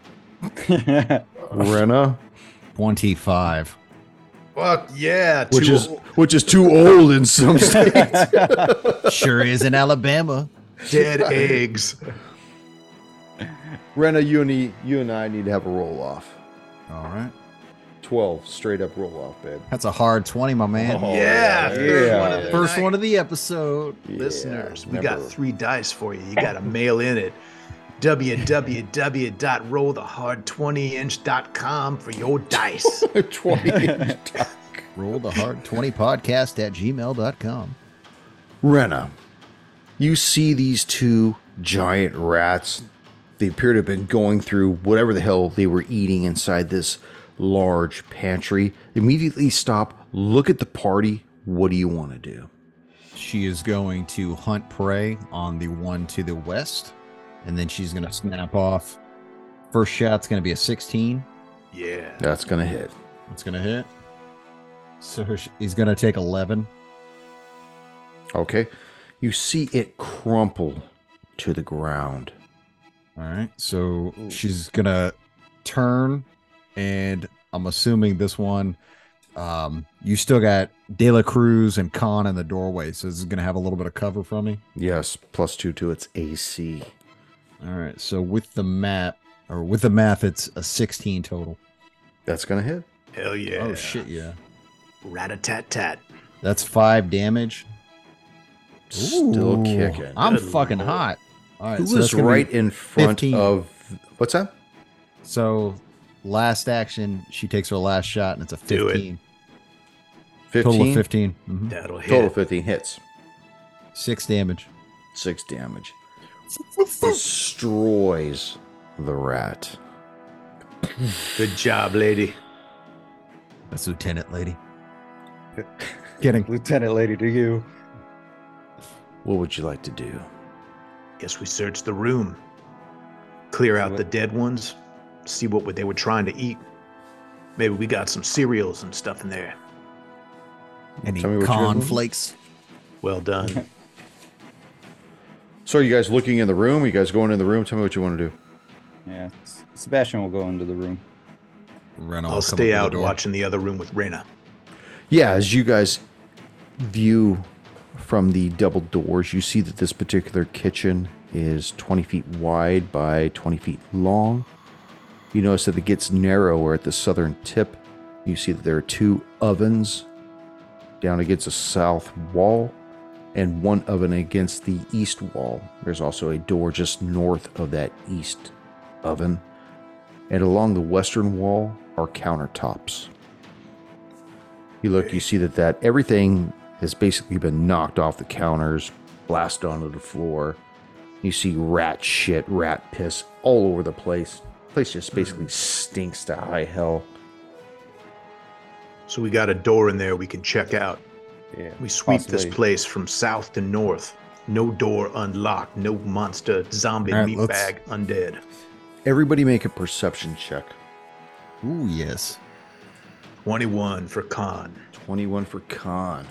Speaker 1: Rena,
Speaker 5: Twenty-five.
Speaker 2: Fuck yeah.
Speaker 1: which
Speaker 2: two
Speaker 1: is
Speaker 2: old-
Speaker 1: which is too old in some states.
Speaker 5: Sure is in Alabama.
Speaker 2: dead eggs.
Speaker 1: Rena, you and, e, you and I need to have a roll off.
Speaker 5: All right,
Speaker 1: Twelve straight up roll off, babe.
Speaker 5: that's a hard twenty, my man.
Speaker 2: Oh, yeah. Third one of the
Speaker 5: First
Speaker 2: night.
Speaker 5: one of the episode.
Speaker 2: listeners,
Speaker 1: Yeah,
Speaker 2: we got
Speaker 1: never-
Speaker 2: three dice for you. You got to mail in at www.rollthehard20inch.com for your dice.
Speaker 1: twenty.
Speaker 5: Roll the hard twenty podcast at gmail.com.
Speaker 1: Rena, you see these two giant rats. They appear to have been going through whatever the hell they were eating inside this large pantry. Immediately stop, look at the party. What do you want to do?
Speaker 5: She is going to hunt prey on the one to the west, and then she's going to snap off. First shot's going to be a 16.
Speaker 2: yeah.
Speaker 1: That's going to hit.
Speaker 5: It's going to hit. So sh- he's going to take 11.
Speaker 1: Okay. You see it crumple to the ground.
Speaker 5: All right. So she's going to turn, and I'm assuming this one, um, you still got De La Cruz and Khan in the doorway. So this is going to have a little bit of cover from me.
Speaker 1: Yes, plus two to its AC.
Speaker 5: All right. So with the map, or with the math, it's a 16 total.
Speaker 1: That's going to hit.
Speaker 2: Hell yeah.
Speaker 5: Oh, shit. Yeah.
Speaker 2: Rat a tat tat.
Speaker 5: That's five damage.
Speaker 1: Still
Speaker 5: Ooh,
Speaker 1: kicking.
Speaker 5: I'm
Speaker 2: Good
Speaker 5: fucking
Speaker 2: lord.
Speaker 5: hot. All right,
Speaker 1: Who
Speaker 5: so
Speaker 1: was
Speaker 5: that's gonna
Speaker 1: right
Speaker 5: Be,
Speaker 1: in front
Speaker 5: 15.
Speaker 1: of. What's that?
Speaker 5: so last action, she takes her last shot, and it's a
Speaker 2: Do it.
Speaker 5: fifteen. Total
Speaker 1: 15?
Speaker 5: of 15. Mhm.
Speaker 2: That'll hit.
Speaker 1: Total 15 hits.
Speaker 5: Six damage.
Speaker 1: Six damage. Destroys the rat.
Speaker 2: Good job, lady.
Speaker 5: That's Lieutenant Lady. Kidding.
Speaker 3: Lieutenant Lady to you.
Speaker 1: What would you like to do?
Speaker 2: Guess we search the room, clear out the dead ones, see what they were trying to eat. Maybe we got some cereals and stuff in there.
Speaker 5: Any
Speaker 1: Tell me what you're doing.
Speaker 5: cornflakes?
Speaker 2: Well done.
Speaker 1: So, are you guys looking in the room? Are you guys going in the room? Tell me what you want to do.
Speaker 3: Yeah. S- Sebastian will go into the room.
Speaker 5: Run
Speaker 2: I'll stay out watching the other room with Rena.
Speaker 1: Yeah, as you guys view from the double doors, you see that this particular kitchen is 20 feet wide by 20 feet long. You notice that it gets narrower at the southern tip. You see that there are two ovens down against the south wall and one oven against the east wall. There's also a door just north of that east oven. And along the western wall are countertops. You look, you see that that everything has basically been knocked off the counters, blasted onto the floor. You see rat shit, rat piss all over the place. Place just basically stinks to high hell.
Speaker 2: So we got a door in there we can check out.
Speaker 3: Yeah.
Speaker 2: We sweep
Speaker 3: Possibly.
Speaker 2: this place from south to north. No door unlocked. No monster, zombie,
Speaker 5: All right,
Speaker 2: meat
Speaker 5: let's-
Speaker 2: bag, undead.
Speaker 1: Everybody make a perception check.
Speaker 5: Ooh, yes.
Speaker 2: 21 for con.
Speaker 1: 21 for Khan.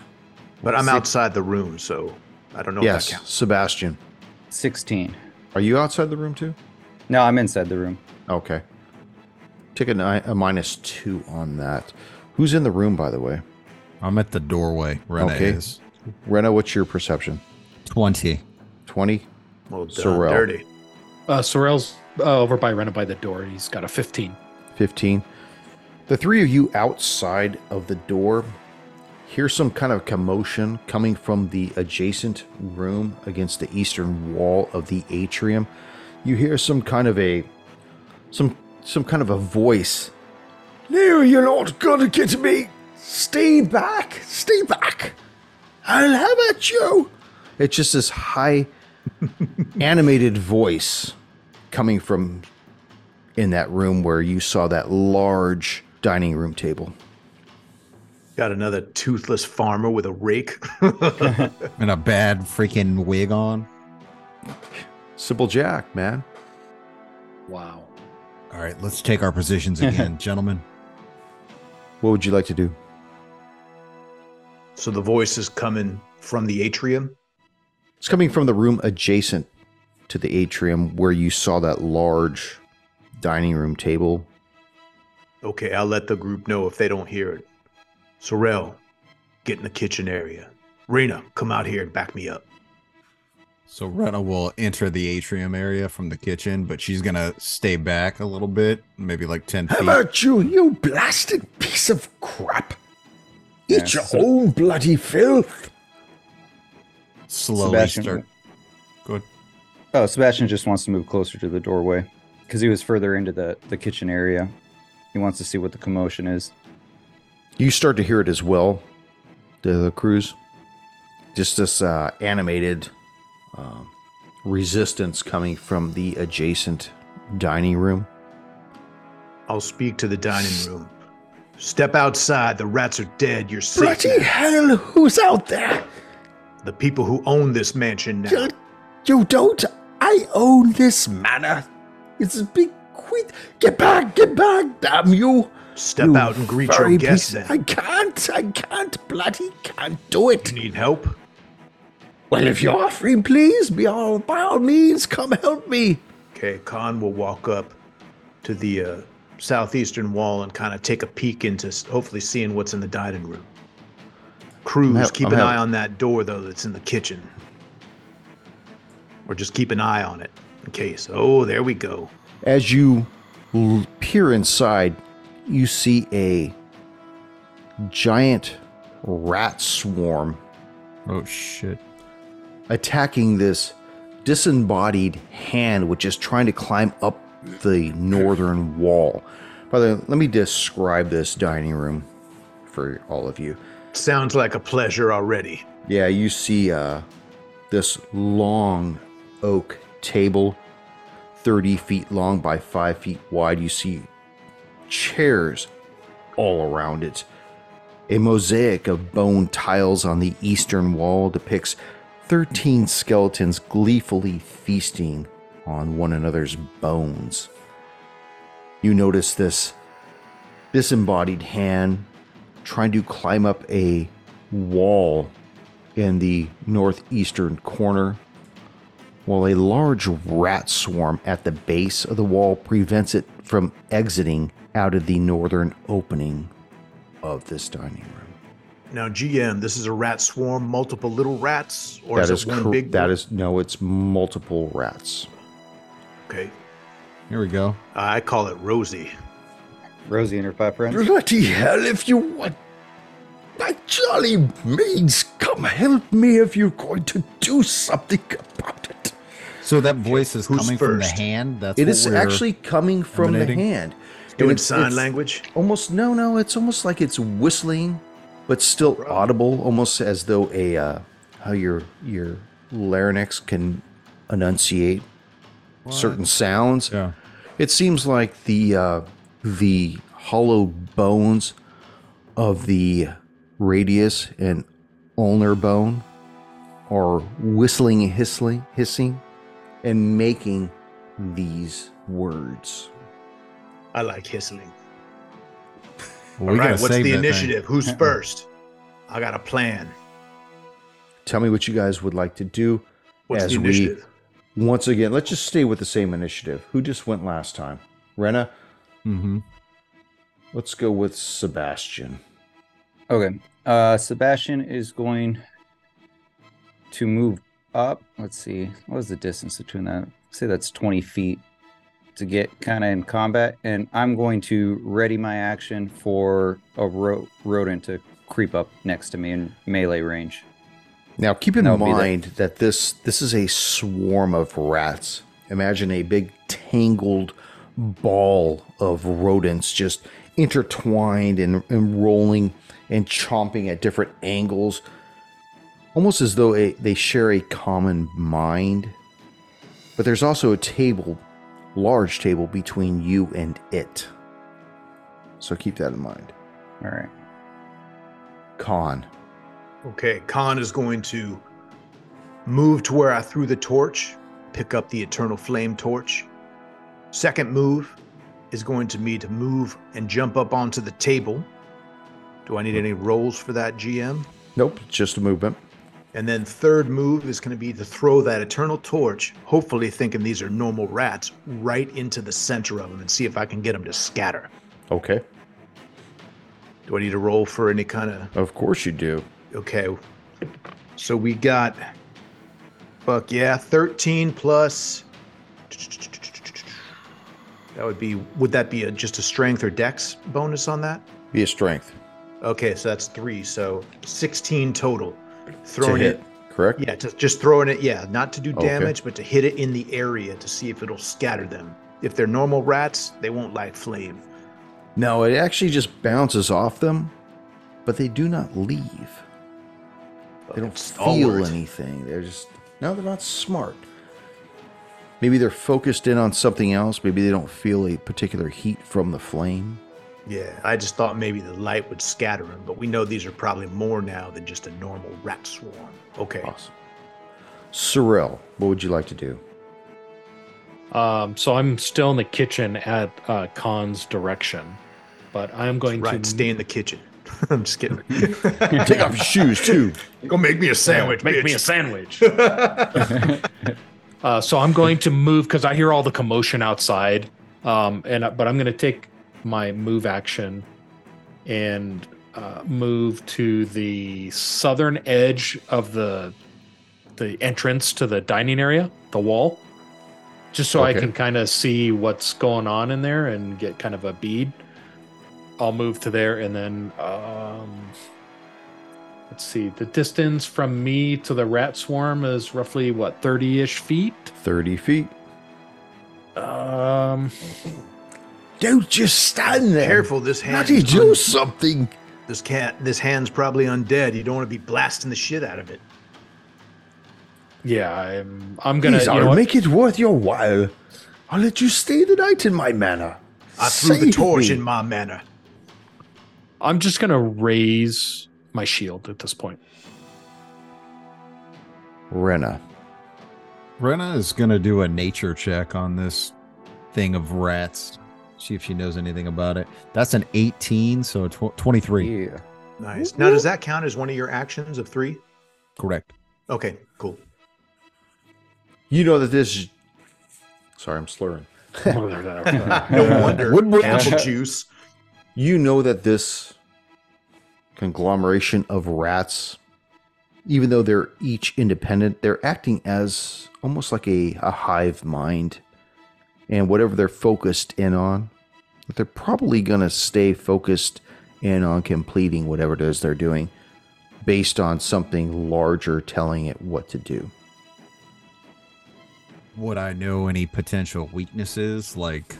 Speaker 2: But I'm
Speaker 1: Six-
Speaker 2: outside the room, so I don't know if that
Speaker 1: Yes,
Speaker 2: counts.
Speaker 1: Sebastian.
Speaker 3: 16.
Speaker 1: Are you outside the room too?
Speaker 3: No, I'm inside the room.
Speaker 1: Okay. Take a, ni- a minus two on that. Who's in the room, by the way?
Speaker 5: I'm at the doorway. Rena
Speaker 1: Okay.
Speaker 5: is
Speaker 1: Rena, what's your perception?
Speaker 5: 20.
Speaker 1: 20?
Speaker 2: Well done,
Speaker 1: Sorrel.
Speaker 2: dirty.
Speaker 4: Uh, Sorrel's uh, over by Rena by the door. He's got a 15.
Speaker 1: 15. The three of you outside of the door hear some kind of commotion coming from the adjacent room against the eastern wall of the atrium. You hear some kind of a some some kind of a voice. No, you're not gonna get me. Stay back, stay back. I'll have at you. It's just this high animated voice coming from in that room where you saw that large dining room table.
Speaker 2: Got another toothless farmer with a rake.
Speaker 5: And a bad freaking wig on.
Speaker 1: Simple Jack, man.
Speaker 4: Wow.
Speaker 5: All right, let's take our positions again, gentlemen.
Speaker 1: What would you like to do?
Speaker 2: so the voice is coming from the atrium.
Speaker 1: It's coming from the room adjacent to the atrium where you saw that large dining room table.
Speaker 2: Okay, I'll let the group know if they don't hear it. Sorrel, get in the kitchen area. Rena, come out here and back me up.
Speaker 5: So Rena will enter the atrium area from the kitchen, but she's gonna stay back a little bit, maybe like ten feet.
Speaker 1: you, you blasted piece of crap?
Speaker 3: Eat Yeah, your so-
Speaker 1: own bloody filth.
Speaker 5: Slowly
Speaker 3: Sebastian-
Speaker 5: start. Good.
Speaker 3: Oh, Sebastian just wants to move closer to the doorway because he was further into the, the kitchen area. He wants to see what the commotion is.
Speaker 1: You start to hear it as well, the, the cruise. Just this uh, animated um, resistance coming from the adjacent dining room.
Speaker 2: I'll speak to the dining room. Step outside. The rats are dead. You're safe. now.
Speaker 1: hell, who's out there?
Speaker 2: The people who own this mansion now.
Speaker 1: you don't? I own this manor. It's a big quid. Get back, get back, damn you.
Speaker 2: Step
Speaker 1: you
Speaker 2: out and greet
Speaker 1: furry
Speaker 2: your guests
Speaker 1: piece-
Speaker 2: then.
Speaker 1: I can't, I can't, bloody can't do it.
Speaker 2: You need help?
Speaker 1: Well, if you're offering, please, be all, by all means, come help me.
Speaker 2: Okay, Khan will walk up to the uh, southeastern wall and kind of take a peek into s- hopefully seeing what's in the dining room. Cruz,
Speaker 1: hel-
Speaker 2: keep
Speaker 1: I'm
Speaker 2: an
Speaker 1: hel-
Speaker 2: eye on that door though that's in the kitchen. Or just keep an eye on it in case. Oh, there we go.
Speaker 1: As you l- peer inside, you see a giant rat swarm
Speaker 5: Oh shit.
Speaker 1: attacking this disembodied hand, which is trying to climb up the northern wall. By the way, let me describe this dining room for all of you.
Speaker 2: Sounds like a pleasure already.
Speaker 1: Yeah, you see uh, this long oak table, 30 feet long by 5 feet wide. You see chairs all around it. A mosaic of bone tiles on the eastern wall depicts 13 skeletons gleefully feasting on one another's bones. You notice this disembodied hand trying to climb up a wall in the northeastern corner, while a large rat swarm at the base of the wall prevents it from exiting out of the northern opening of this dining room.
Speaker 2: Now, GM, this is a rat swarm, multiple little rats, or
Speaker 1: That
Speaker 2: is
Speaker 1: is
Speaker 2: it one
Speaker 1: cor-
Speaker 2: big?
Speaker 1: that
Speaker 2: one?
Speaker 1: is no, it's multiple rats.
Speaker 2: okay.
Speaker 5: Here we go.
Speaker 2: I call it Rosie.
Speaker 3: Rosie and her five friends.
Speaker 1: Bloody hell! If you want, by jolly maids, come help me if you're going to do something about it.
Speaker 5: So that voice is
Speaker 2: who's
Speaker 5: coming from the
Speaker 2: first?
Speaker 5: hand. That's
Speaker 1: It
Speaker 5: what
Speaker 1: is
Speaker 5: we're-
Speaker 1: actually coming from the
Speaker 5: emanating.
Speaker 1: hand.
Speaker 2: Doing
Speaker 1: it's-
Speaker 2: sign
Speaker 1: it's
Speaker 2: language.
Speaker 1: Almost no, no. It's almost like it's whistling, but still
Speaker 2: Right.
Speaker 1: audible. Almost as though a uh, how your your larynx can enunciate certain sounds.
Speaker 5: Yeah.
Speaker 1: It seems like the uh, the hollow bones of the radius and ulnar bone are whistling and hissling, hissing, and making these words.
Speaker 2: I like hissling.
Speaker 5: Well,
Speaker 2: All
Speaker 5: we
Speaker 2: right,
Speaker 5: gotta
Speaker 2: what's
Speaker 5: save
Speaker 2: the
Speaker 5: that thing. Uh-uh.
Speaker 2: initiative? Who's first? I got a plan.
Speaker 1: Tell me what you guys would like to do.
Speaker 2: What's
Speaker 1: As
Speaker 2: the
Speaker 1: we-
Speaker 2: initiative?
Speaker 1: Once again, let's just stay with the same initiative. Who just went last time? Rena,
Speaker 5: Mhm.
Speaker 1: let's go with Sebastian.
Speaker 3: Okay. Uh, Sebastian is going to move up. Let's see. What is the distance between that? Say that's 20 feet to get kind of in combat. And I'm going to ready my action for a ro- rodent to creep up next to me in melee range.
Speaker 1: Now, keep in
Speaker 3: That would be the-
Speaker 1: mind that this this is a swarm of rats. Imagine a big tangled ball of rodents just intertwined and, and rolling and chomping at different angles, almost as though a, they share a common mind. But there's also a table, large table between you and it. So keep that in mind.
Speaker 3: All right.
Speaker 1: Con.
Speaker 2: Okay, Khan is going to move to where I threw the torch, pick up the eternal flame torch. Second move is going to be to move and jump up onto the table. Do I need any rolls for that, GM?
Speaker 1: Nope, just a movement.
Speaker 2: And then third move is going to be to throw that eternal torch, hopefully thinking these are normal rats, right into the center of them and see if I can get them to scatter.
Speaker 1: Okay.
Speaker 2: Do I need to roll for any kind of
Speaker 1: Of course you do.
Speaker 2: Okay. So we got fuck yeah, 13 plus that would be would that be a, just a strength or dex bonus on that?
Speaker 1: Be a strength.
Speaker 2: Okay, so that's 3, so 16 total. Throwing
Speaker 1: hit,
Speaker 2: it
Speaker 1: correct?
Speaker 2: yeah, to, just throwing it yeah, not to do
Speaker 1: Okay.
Speaker 2: damage but to hit it in the area to see if it'll scatter them. If they're normal rats, they won't light flame.
Speaker 1: No, it actually just bounces off them, but they do not leave. They don't feel
Speaker 2: Stalwart.
Speaker 1: anything. They're just no, they're not smart. Maybe they're focused in on something else. Maybe they don't feel a particular heat from the flame.
Speaker 2: Yeah, I just thought maybe the light would scatter them, but we know these are probably more now than just a normal rat swarm. Okay.
Speaker 1: Awesome. Sorrel, what would you like to do?
Speaker 4: Um, so I'm still in the kitchen at uh, Khan's direction, but I'm going
Speaker 2: Right,
Speaker 4: to
Speaker 2: stay in the kitchen. I'm just kidding.
Speaker 1: Take off your shoes too.
Speaker 2: Go make me a sandwich,
Speaker 4: Make
Speaker 2: bitch.
Speaker 4: me a sandwich. uh, so I'm going to move because I hear all the commotion outside, um, and I- but I'm going to take my move action and uh, move to the southern edge of the the entrance to the dining area, the wall, just so I
Speaker 1: Okay.
Speaker 4: can kind of see what's going on in there and get kind of a bead. I'll move to there and then um, let's see. The distance from me to the rat swarm is roughly what thirty ish feet.
Speaker 1: Thirty feet.
Speaker 4: Um,
Speaker 1: Don't just stand there.
Speaker 2: Careful, this hand.
Speaker 1: Bloody
Speaker 2: is un-
Speaker 1: do something.
Speaker 2: This cat, this hand's probably undead. You don't want to be blasting the shit out of it.
Speaker 4: Yeah, I'm. I'm gonna. You know what?
Speaker 1: make it worth your while. I'll let you stay the night in my manor.
Speaker 2: I threw the
Speaker 1: Save
Speaker 2: torch
Speaker 1: me.
Speaker 2: in my manor.
Speaker 4: I'm just gonna raise my shield at this point.
Speaker 1: Renna.
Speaker 5: Renna is gonna do a nature check on this thing of rats. See if she knows anything about it. That's an 18, so tw- 23.
Speaker 3: Yeah.
Speaker 2: Nice. Now, does that count as one of your actions of three?
Speaker 5: Correct.
Speaker 2: Okay, cool.
Speaker 1: You know that this is. Sorry, I'm slurring.
Speaker 2: No wonder.
Speaker 1: Woodbrook-
Speaker 2: Apple juice.
Speaker 1: You know that this conglomeration of rats, even though they're each independent, they're acting as almost like a, a hive mind. And whatever they're focused in on, that they're probably going to stay focused in on completing whatever it is they're doing based on something larger telling it what to do.
Speaker 5: Would I know any potential weaknesses, like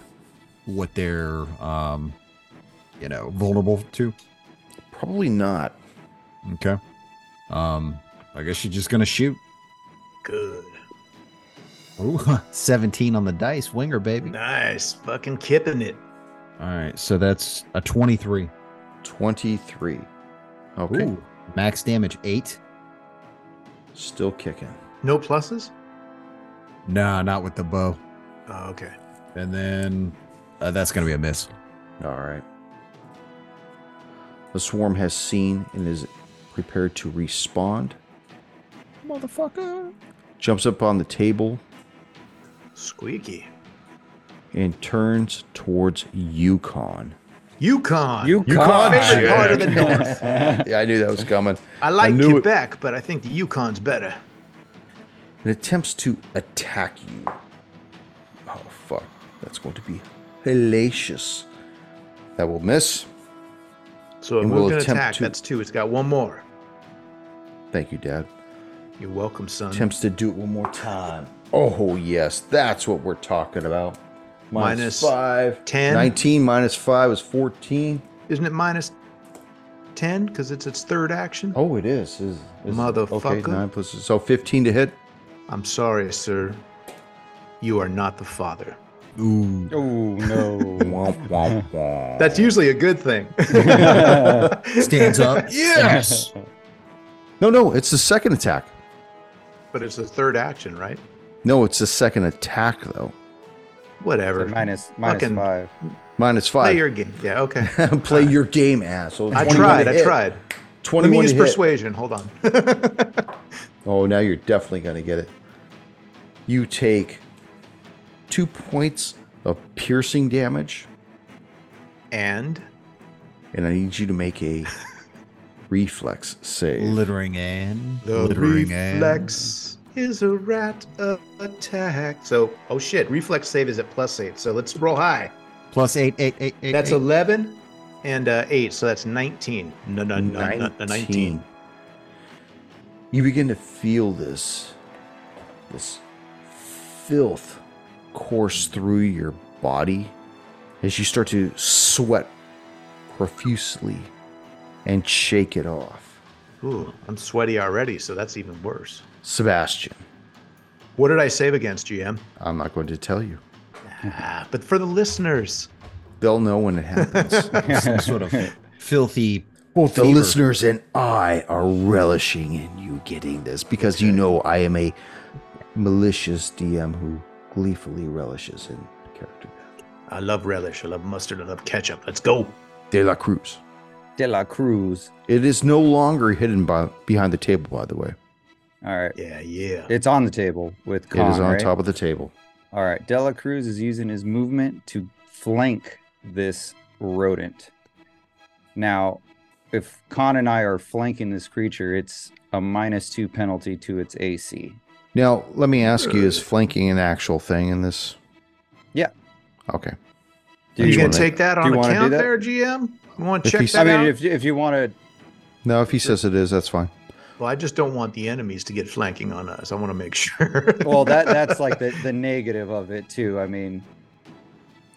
Speaker 5: what they're, um, you know, vulnerable to?
Speaker 1: Probably not.
Speaker 5: Okay. Um, I guess she's just gonna shoot.
Speaker 2: Good.
Speaker 5: Ooh, 17 on the dice, winger baby.
Speaker 2: Nice. Fucking kipping it.
Speaker 5: All right, so that's a 23.
Speaker 1: 23. Okay.
Speaker 5: Ooh, max damage eight.
Speaker 1: Still kicking.
Speaker 2: No pluses?
Speaker 5: Nah, not with the bow.
Speaker 2: Oh, okay.
Speaker 5: And then uh, that's going to be a miss.
Speaker 1: All right. The swarm has seen and is prepared to respond.
Speaker 5: Motherfucker.
Speaker 1: Jumps up on the table
Speaker 2: Squeaky.
Speaker 1: and turns towards Yukon.
Speaker 2: Yukon.
Speaker 1: Yukon
Speaker 2: Favorite part of the North.
Speaker 1: Yeah, I knew that was coming.
Speaker 2: I like
Speaker 1: knew it.
Speaker 2: Quebec, but I think the Yukon's better.
Speaker 1: It attempts to attack you. Oh, fuck. That's going to be hellacious. That will miss.
Speaker 2: So it
Speaker 1: And
Speaker 2: moved
Speaker 1: we'll
Speaker 2: an
Speaker 1: attempt
Speaker 2: attack.
Speaker 1: to-
Speaker 2: That's two. It's got one more.
Speaker 1: Thank you, Dad.
Speaker 2: You're welcome, son.
Speaker 1: Attempts to do it one more time. Oh, yes. That's what we're talking about.
Speaker 2: Minus
Speaker 1: five.
Speaker 2: 10.
Speaker 1: 19 minus five is 14.
Speaker 2: Isn't it minus 10 because it's its third action?
Speaker 1: Oh, it is. is, is Okay,
Speaker 2: Motherfucker.
Speaker 1: nine plus so fifteen to hit.
Speaker 2: I'm sorry, sir. You are not the father.
Speaker 5: Ooh.
Speaker 3: Oh no.
Speaker 1: Womp, womp, womp.
Speaker 2: That's usually a good thing.
Speaker 5: Stands up.
Speaker 1: yes. no, no, it's the second attack.
Speaker 2: But it's the third action, right?
Speaker 1: No, it's the second attack though.
Speaker 2: Whatever.
Speaker 3: minus minus
Speaker 2: Fucking-
Speaker 3: five.
Speaker 1: Minus
Speaker 2: Play
Speaker 1: five.
Speaker 2: your game. Yeah, okay.
Speaker 1: Play your game, asshole.
Speaker 2: I
Speaker 1: 21
Speaker 2: tried.
Speaker 1: to
Speaker 2: I
Speaker 1: hit.
Speaker 2: tried. Let me
Speaker 1: Twenty-one
Speaker 2: use
Speaker 1: to hit.
Speaker 2: persuasion. Hold on.
Speaker 1: Oh, now you're definitely gonna get it. You take two points of piercing damage,
Speaker 2: and
Speaker 1: and I need you to make a reflex save.
Speaker 5: Littering and
Speaker 2: the
Speaker 5: littering
Speaker 2: reflex is a rat of attack. So, oh shit, reflex save is at plus eight. So let's roll high.
Speaker 5: and plus eight, eight, eight, eight.
Speaker 2: That's
Speaker 5: eight.
Speaker 2: 11 and uh, 8. So that's 19. No, no, no, no, no, 19.
Speaker 1: You begin to feel this, this filth course through your body as you start to sweat profusely and shake it off.
Speaker 2: Ooh, I'm sweaty already. So that's even worse.
Speaker 1: Sebastian,
Speaker 2: What did I save against, GM?
Speaker 1: I'm not going to tell you.
Speaker 2: Ah, but for the listeners,
Speaker 1: They'll know when it happens.
Speaker 5: some sort of filthy.
Speaker 1: Both the
Speaker 5: Fever.
Speaker 1: listeners and I are relishing in you getting this because you know I am a malicious DM who gleefully relishes in character.
Speaker 2: I love relish. I love mustard. I love ketchup. Let's go.
Speaker 1: De la Cruz.
Speaker 3: De la Cruz.
Speaker 1: It is no longer hidden by, behind the table, by the way.
Speaker 3: All right.
Speaker 2: Yeah, yeah.
Speaker 3: It's on the table with
Speaker 1: it
Speaker 3: Khan,
Speaker 1: is on
Speaker 3: right?
Speaker 1: top of the table.
Speaker 3: All right. De La Cruz is using his movement to flank this rodent. Now, if Khan and I are flanking this creature, it's a minus two penalty to its AC.
Speaker 1: Now, let me ask you is flanking an actual thing in this?
Speaker 3: Yeah.
Speaker 1: Okay.
Speaker 3: Do
Speaker 1: I
Speaker 2: you
Speaker 1: just
Speaker 2: gonna
Speaker 1: wanna-
Speaker 2: take that
Speaker 3: you
Speaker 2: on
Speaker 3: wanna do
Speaker 2: account
Speaker 3: that?
Speaker 2: there, GM? You want to
Speaker 1: If
Speaker 2: check
Speaker 1: he's-
Speaker 2: that
Speaker 3: I mean,
Speaker 2: out?
Speaker 3: if, if you want to,
Speaker 1: No, if he says it is, that's fine.
Speaker 2: well, I just don't want the enemies to get flanking on us. I want to make sure.
Speaker 3: well, that that's like the, the negative of it too. I mean,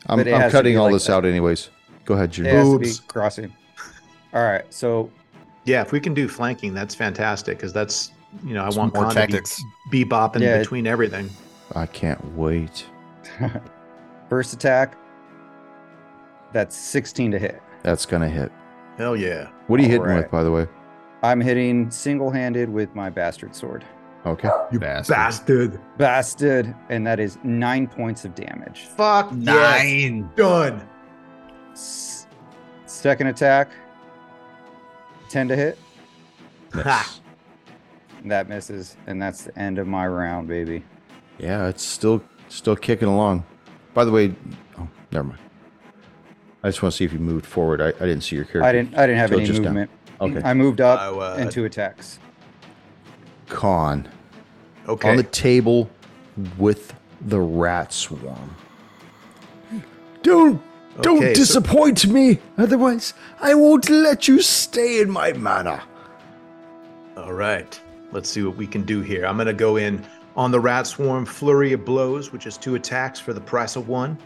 Speaker 1: I'm,
Speaker 3: But it
Speaker 1: I'm
Speaker 3: has to
Speaker 1: cutting
Speaker 3: be
Speaker 1: all
Speaker 3: like
Speaker 1: this
Speaker 3: that.
Speaker 1: out anyways. Go ahead,
Speaker 3: it
Speaker 1: Junior.
Speaker 3: has to be
Speaker 2: Boobs.
Speaker 3: crossing. All right. So
Speaker 2: Yeah, if we can do flanking, that's fantastic because that's you know I
Speaker 5: Some
Speaker 2: want
Speaker 5: more
Speaker 2: Khan to
Speaker 5: tactics.
Speaker 2: be be bopping
Speaker 3: Yeah.
Speaker 2: between everything.
Speaker 1: I can't wait.
Speaker 3: first attack, that's 16 to hit.
Speaker 1: That's gonna hit.
Speaker 2: Hell yeah!
Speaker 1: What are you
Speaker 3: All
Speaker 1: hitting
Speaker 3: right.
Speaker 1: with, by the way?
Speaker 3: I'm hitting single handed with my bastard sword.
Speaker 1: Okay.
Speaker 5: You bastard.
Speaker 2: Bastard.
Speaker 3: Bastard. And that is nine points of damage.
Speaker 2: Fuck yes.
Speaker 5: Nine.
Speaker 2: Done.
Speaker 3: S- second attack, 10 to hit.
Speaker 2: Ha.
Speaker 3: That misses. And that's the end of my round, baby.
Speaker 1: Yeah, it's still still kicking along. By the way, oh, never mind. I just want to see if you moved forward. I, I didn't see your character.
Speaker 3: I didn't I didn't have
Speaker 1: So
Speaker 3: any
Speaker 1: just down.
Speaker 3: movement.
Speaker 1: Okay.
Speaker 3: I moved up
Speaker 2: Oh, uh,
Speaker 3: and two attacks.
Speaker 1: Con
Speaker 2: Okay.
Speaker 1: on the table with the rat swarm. Don't don't
Speaker 2: Okay, so-
Speaker 1: disappoint me, otherwise I won't let you stay in my manor.
Speaker 2: All right. Let's see what we can do here. I'm gonna go in on the rat swarm flurry of blows, which is two attacks for the price of one.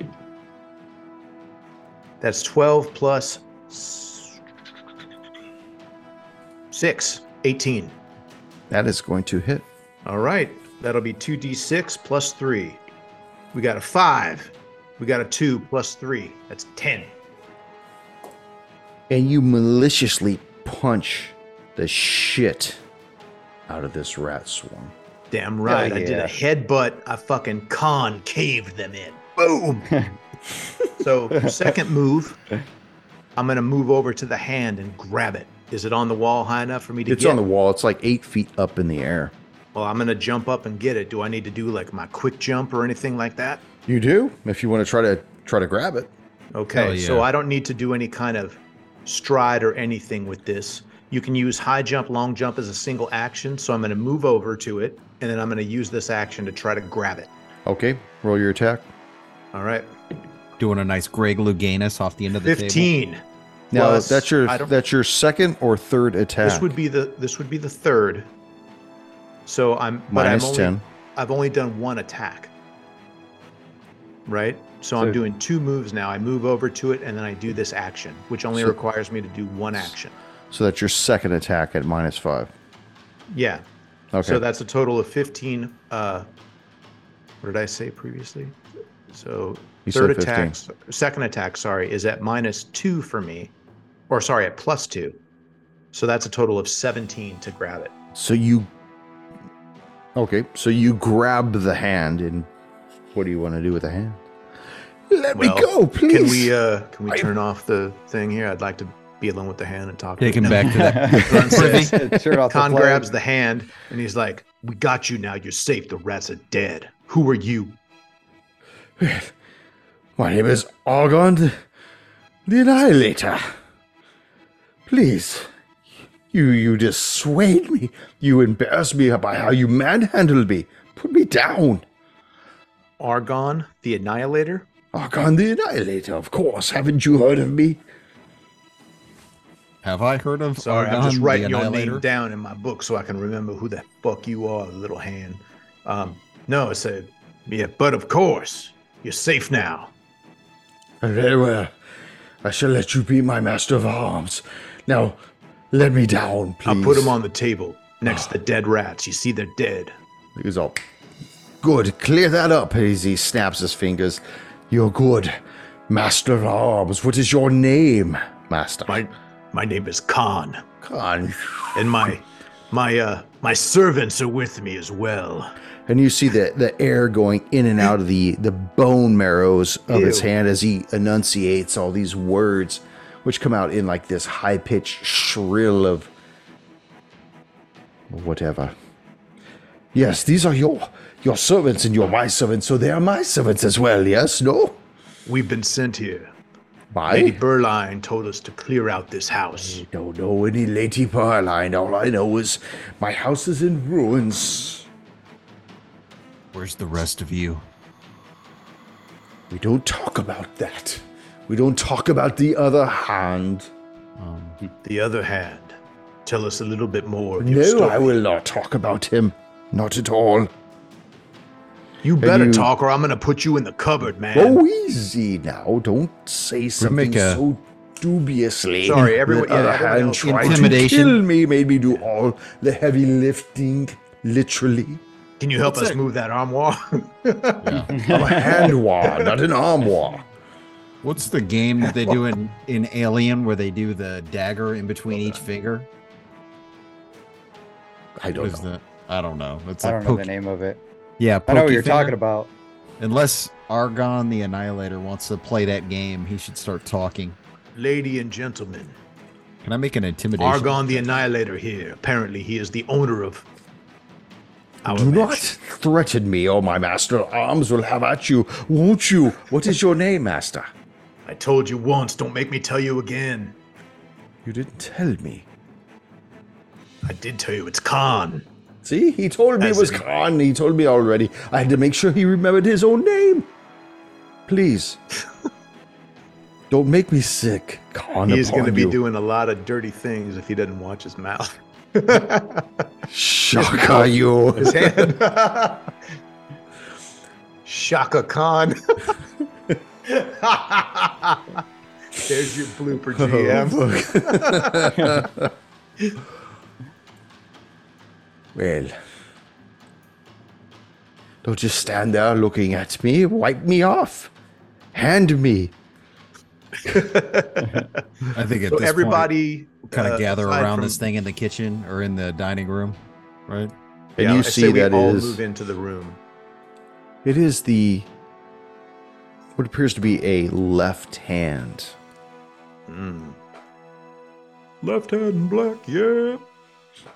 Speaker 2: That's 12 plus s- six, 18.
Speaker 1: That is going to hit.
Speaker 2: All right. That'll be 2d6 plus 3. We got a 5. We got a 2 plus 3. That's 10.
Speaker 1: and you maliciously punch the shit out of this rat swarm.
Speaker 2: Damn right. I did
Speaker 3: yeah.
Speaker 2: a headbutt. I fucking concaved them in. Boom. so, second move, I'm going to move over to the hand and grab it. Is it on the wall high enough for me to
Speaker 1: It's
Speaker 2: get
Speaker 1: on the wall. It's like eight feet up in the air.
Speaker 2: Well, I'm going to jump up and get it. Do I need to do like my quick jump or anything like that?
Speaker 1: You do if you want to try to try to grab it.
Speaker 2: Okay,
Speaker 5: Hell yeah.
Speaker 2: so I don't need to do any kind of stride or anything with this. You can use high jump, long jump as a single action. So I'm going to move over to it, and then I'm going to use this action to try to grab it.
Speaker 1: Okay, roll your attack.
Speaker 2: All right,
Speaker 5: Doing a nice Greg Louganis off the end of the table.
Speaker 2: fifteen.
Speaker 1: Now
Speaker 2: Plus-
Speaker 1: that's your
Speaker 2: I don't-
Speaker 1: that's your second or third attack.
Speaker 2: This would be the this would be the third. So I'm but I'm
Speaker 1: Minus
Speaker 2: only,
Speaker 1: ten.
Speaker 2: I've only done one attack. Right? So, I'm
Speaker 3: So-
Speaker 2: doing two moves now. I move over to it and then I do this action, which only
Speaker 1: So-
Speaker 2: requires me to do one action.
Speaker 1: So that's your second attack at minus five.
Speaker 2: Yeah.
Speaker 1: Okay.
Speaker 2: So that's a total of 15. Uh, what did I say previously? So
Speaker 1: You said
Speaker 2: third
Speaker 1: 15.
Speaker 2: attack, second attack, sorry, is at minus two for me, or sorry, at plus two. So that's a total of 17 to grab it.
Speaker 1: So you. Okay, so you grab the hand, and what do you want to do with the hand? Let
Speaker 2: Well,
Speaker 1: me go, please.
Speaker 2: Can we uh can we turn off the thing here? I'd like to be alone with the hand and talk.
Speaker 5: Take
Speaker 2: to
Speaker 5: him
Speaker 2: no.
Speaker 5: back to that.
Speaker 2: Princess.
Speaker 3: Turn off the
Speaker 2: Khan
Speaker 3: flame.
Speaker 2: grabs the hand and he's like, "We got you now. You're safe. The rats are dead. Who are you?"
Speaker 1: My name is Argon the, the Annihilator. Please, you you dissuade me. You embarrass me by how you manhandle me. Put me down.
Speaker 2: Argon, the Annihilator.
Speaker 1: Argon the Annihilator, of course. Haven't you heard of me?
Speaker 5: Have I heard of?
Speaker 2: Sorry, I'm
Speaker 5: Argon
Speaker 2: just
Speaker 5: the
Speaker 2: writing your
Speaker 5: Annihilator?
Speaker 2: name down in my book so I can remember who the fuck you are, little hand. Um, no, it's a yeah, but of course you're safe now.
Speaker 1: Very well. I shall let you be my master of arms. Now, let me down, please. Ah.
Speaker 2: I'll put them on the table next to the dead rats. You see, they're dead.
Speaker 1: He was all, good, clear that up. As he snaps his fingers, you're good, Master of Arms. What is your name, Master?
Speaker 2: My my name is Khan,
Speaker 1: Khan.
Speaker 2: and my my uh my servants are with me as well.
Speaker 1: And you see the, the air going in and out of the, the bone marrows of his
Speaker 2: Ew.
Speaker 1: hand as he enunciates all these words, which come out in like this high pitched shrill of whatever. Yes, these are your your servants and you're my servants, so they are my servants as well, yes? No?
Speaker 2: We've been sent here. Lady
Speaker 1: Bye.
Speaker 2: Berline told us to clear out this house.
Speaker 1: Don't know any Lady Parline. All I know is my house is in ruins.
Speaker 5: Where's the rest of you?
Speaker 1: We don't talk about that. We don't talk about the other hand.
Speaker 2: The other hand, tell us a little bit more. Of your
Speaker 1: No,
Speaker 2: story.
Speaker 1: I will not talk about him. Not at all.
Speaker 2: You better
Speaker 1: you-
Speaker 2: talk, or I'm gonna put you in the cupboard, man.
Speaker 1: Oh, easy now. Don't say something
Speaker 5: make a-
Speaker 1: so dubiously.
Speaker 2: uh, Sorry, everyone-
Speaker 1: The other
Speaker 2: yeah, everyone
Speaker 1: hand
Speaker 2: else-
Speaker 1: tried to
Speaker 6: Intimidation.
Speaker 1: kill me, made me do all the heavy lifting, literally.
Speaker 2: Can you help us move that armoire?
Speaker 1: I'm Oh, a hand war, not an arm war.
Speaker 5: What's the game that they do in, in Alien where they do the dagger in between each finger?
Speaker 1: I
Speaker 5: What
Speaker 1: don't
Speaker 5: is
Speaker 1: know.
Speaker 5: that? I don't know. It's
Speaker 3: I
Speaker 5: like
Speaker 3: don't know
Speaker 5: poke-
Speaker 3: the name of it.
Speaker 5: Yeah,
Speaker 3: I know what
Speaker 5: pokey
Speaker 3: you're
Speaker 5: finger.
Speaker 3: talking about.
Speaker 5: Unless Argon the Annihilator wants to play that game, he should start talking.
Speaker 2: Lady and gentlemen,
Speaker 5: Can I make an intimidation?
Speaker 2: Argon the Annihilator here. Apparently, he is the owner of our
Speaker 1: Do not
Speaker 2: mansion.
Speaker 1: threaten me, or my master arms will have at you, won't you? What is your name, master?
Speaker 2: I told you once, don't make me tell you again.
Speaker 1: You didn't tell me.
Speaker 2: I did tell you it's Khan.
Speaker 1: See, he told me it
Speaker 2: As
Speaker 1: was
Speaker 2: in-
Speaker 1: Khan. He told me already. I had to make sure he remembered his own name. Please. Don't make me sick, Khan.
Speaker 2: He's going to
Speaker 1: upon
Speaker 2: be
Speaker 1: you.
Speaker 2: doing a lot of dirty things if he doesn't watch his mouth.
Speaker 1: Shaka you.
Speaker 2: his hand. Shaka Khan. There's your blooper GM.
Speaker 1: well, don't just stand there looking at me. Wipe me off. Hand me.
Speaker 5: I think at
Speaker 2: So
Speaker 5: this
Speaker 2: everybody
Speaker 5: kind of
Speaker 2: uh,
Speaker 5: gather
Speaker 2: aside
Speaker 5: around
Speaker 2: from-
Speaker 5: this thing in the kitchen or in the dining room, right?
Speaker 1: And
Speaker 2: Yeah, I
Speaker 1: you
Speaker 2: say
Speaker 1: see
Speaker 2: we
Speaker 1: that
Speaker 2: all
Speaker 1: it is
Speaker 2: move into the room.
Speaker 1: it is the what appears to be a left hand.
Speaker 2: Mm.
Speaker 4: Left hand and black, yeah.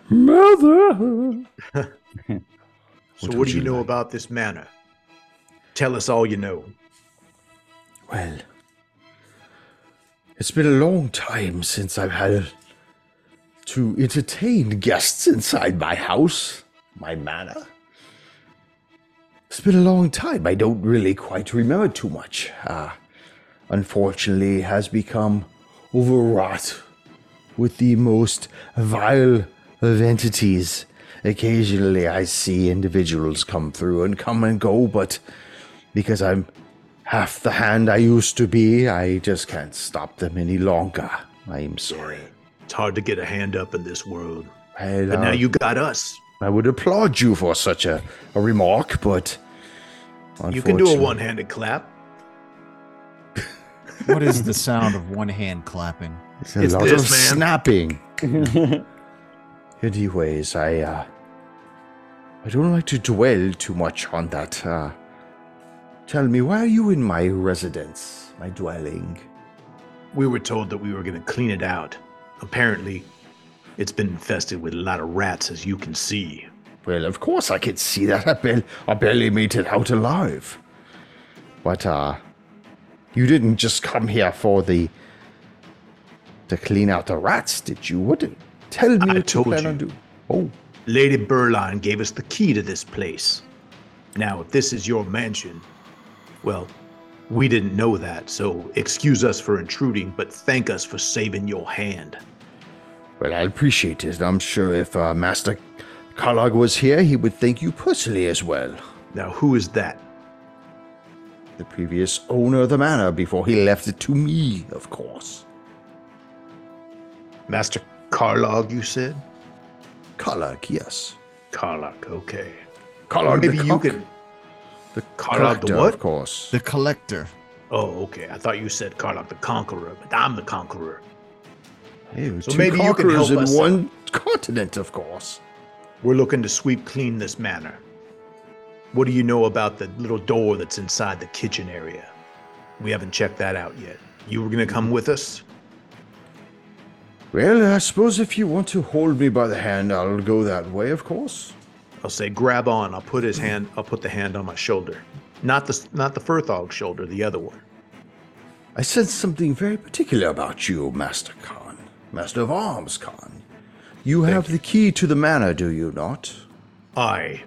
Speaker 1: Mother.
Speaker 2: So
Speaker 1: What
Speaker 2: what,
Speaker 1: would
Speaker 2: do you
Speaker 1: you
Speaker 2: know
Speaker 1: like?
Speaker 2: about this manor? Tell us all you know.
Speaker 1: Well, it's been a long time since I've had to entertain guests inside my house, my manor. It's been a long time. I don't really quite remember too much. Uh, unfortunately, it has become overwrought with the most vile of entities. Occasionally, I see individuals come through and come and go, but because I'm half the hand I used to be, I just can't stop them any longer. I'm sorry.
Speaker 2: It's hard to get a hand up in this world.
Speaker 1: Well,
Speaker 2: But now
Speaker 1: uh,
Speaker 2: you got us.
Speaker 1: I would applaud you for such a, a remark, but
Speaker 2: You can do a
Speaker 1: unfortunately-
Speaker 2: one-handed clap.
Speaker 5: What is the sound of one hand clapping?
Speaker 1: It's a
Speaker 2: It's
Speaker 1: lot
Speaker 2: this,
Speaker 1: of
Speaker 2: man.
Speaker 1: snapping. Anyways, I uh, I don't like to dwell too much on that. Uh, tell me, why are you in my residence, my dwelling?
Speaker 2: We were told that we were going to clean it out. Apparently, it's been infested with a lot of rats, as you can see.
Speaker 1: Well, of course I could see that. I, barely, I barely made it out alive. But uh, you didn't just come here for the to clean out the rats, did you? What? did- Tell me
Speaker 2: I
Speaker 1: what
Speaker 2: told
Speaker 1: you plan
Speaker 2: you.
Speaker 1: on doing. Oh,
Speaker 2: Lady Berline gave us the key to this place. Now, if this is your mansion, well, we didn't know that, so excuse us for intruding, but thank us for saving your hand.
Speaker 1: well, I appreciate it. I'm sure if uh, Master Carlog was here, he would thank you personally as well.
Speaker 2: Now, who is that?
Speaker 1: The previous owner of the manor before he left it to me, of course.
Speaker 2: Master Carlog, you said?
Speaker 1: Carlog, yes.
Speaker 2: Carlog, okay.
Speaker 1: Carlog
Speaker 2: Maybe
Speaker 1: the
Speaker 2: you
Speaker 1: cock.
Speaker 2: could.
Speaker 1: The
Speaker 2: Carlog the
Speaker 1: collector,
Speaker 2: what?
Speaker 1: Of course.
Speaker 5: The collector.
Speaker 2: Oh, okay. I thought you said Carlog the Conqueror, but I'm the Conqueror.
Speaker 1: Hey,
Speaker 2: So
Speaker 1: two
Speaker 2: maybe you can
Speaker 1: conquerors
Speaker 2: help
Speaker 1: in
Speaker 2: us.
Speaker 1: one continent, of course.
Speaker 2: We're looking to sweep clean this manor. What do you know about the little door that's inside the kitchen area? We haven't checked that out yet. You were going to come with us?
Speaker 1: Well, I suppose if you want to hold me by the hand, I'll go that way, of course.
Speaker 2: I'll say, grab on. I'll put his hand. I'll put the hand on my shoulder, not the not the Furthog shoulder, the other one.
Speaker 1: I sense something very particular about you, Master Khan. Master of Arms Khan. You have the key to the manor, do you not?
Speaker 2: I.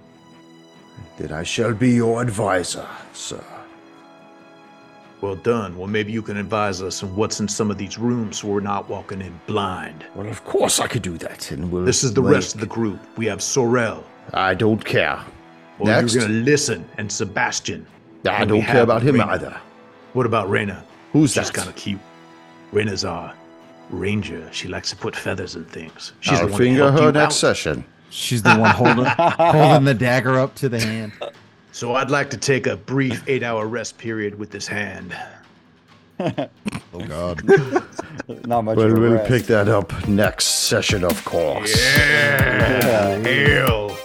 Speaker 1: Then I shall be your advisor, sir.
Speaker 2: Well done. Well, maybe you can advise us on what's in some of these rooms, so we're not walking in blind.
Speaker 1: Well, of course I could do that, and we'll.
Speaker 2: This is the
Speaker 1: make-
Speaker 2: rest of the group. We have Sorel.
Speaker 1: I don't care.
Speaker 2: Well,
Speaker 1: Next.
Speaker 2: you're gonna listen, and Sebastian.
Speaker 1: I
Speaker 2: And we
Speaker 1: don't care
Speaker 2: have
Speaker 1: about him
Speaker 2: Reyna.
Speaker 1: either.
Speaker 2: What about Reyna?
Speaker 1: Who's
Speaker 2: She's
Speaker 1: that?
Speaker 2: gonna keep. Renazar, Ranger. She likes to put feathers in things. She's
Speaker 1: I'll
Speaker 2: the one who
Speaker 1: finger
Speaker 2: helped
Speaker 1: her
Speaker 2: you
Speaker 1: next
Speaker 2: out.
Speaker 1: session.
Speaker 5: She's the one holding holding the dagger up to the hand.
Speaker 2: So I'd like to take a brief eight-hour rest period with this hand.
Speaker 5: Oh God.
Speaker 3: Not much.
Speaker 1: But
Speaker 3: of a
Speaker 1: we'll
Speaker 3: rest.
Speaker 1: pick that up next session, of course.
Speaker 2: Yeah, hell.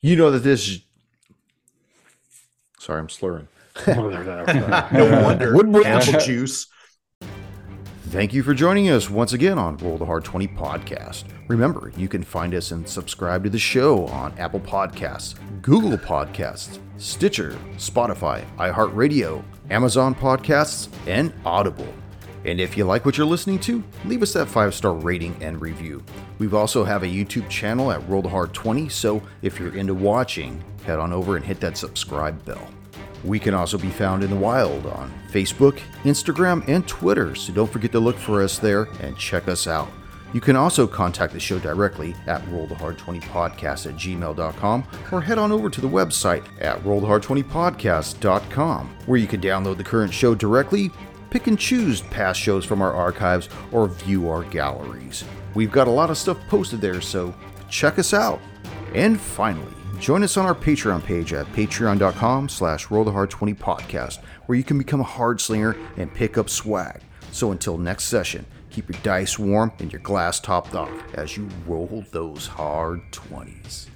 Speaker 1: You know that this. is- Sorry, I'm slurring.
Speaker 2: No wonder.
Speaker 1: Woodward-
Speaker 2: Apple juice.
Speaker 1: Thank you for joining us once again on Roll the Hard 20 podcast. Remember, you can find us and subscribe to the show on Apple Podcasts, Google Podcasts, Stitcher, Spotify, iHeartRadio, Amazon Podcasts, and Audible. And if you like what you're listening to, leave us that five star rating and review. We've also have a YouTube channel at Roll the Hard 20, so if you're into watching, head on over and hit that subscribe bell. We can also be found in the wild on Facebook, Instagram, and Twitter, so don't forget to look for us there and check us out. You can also contact the show directly at rollthehard20podcast at gmail.com or head on over to the website at rollthehard20podcast.com where you can download the current show directly, pick and choose past shows from our archives, or view our galleries. We've got a lot of stuff posted there, so check us out. And finally, join us on our Patreon page at patreon.com slash rollthehard20 podcast, where you can become a hard slinger and pick up swag. So until next session, keep your dice warm and your glass topped off as you roll those hard 20s.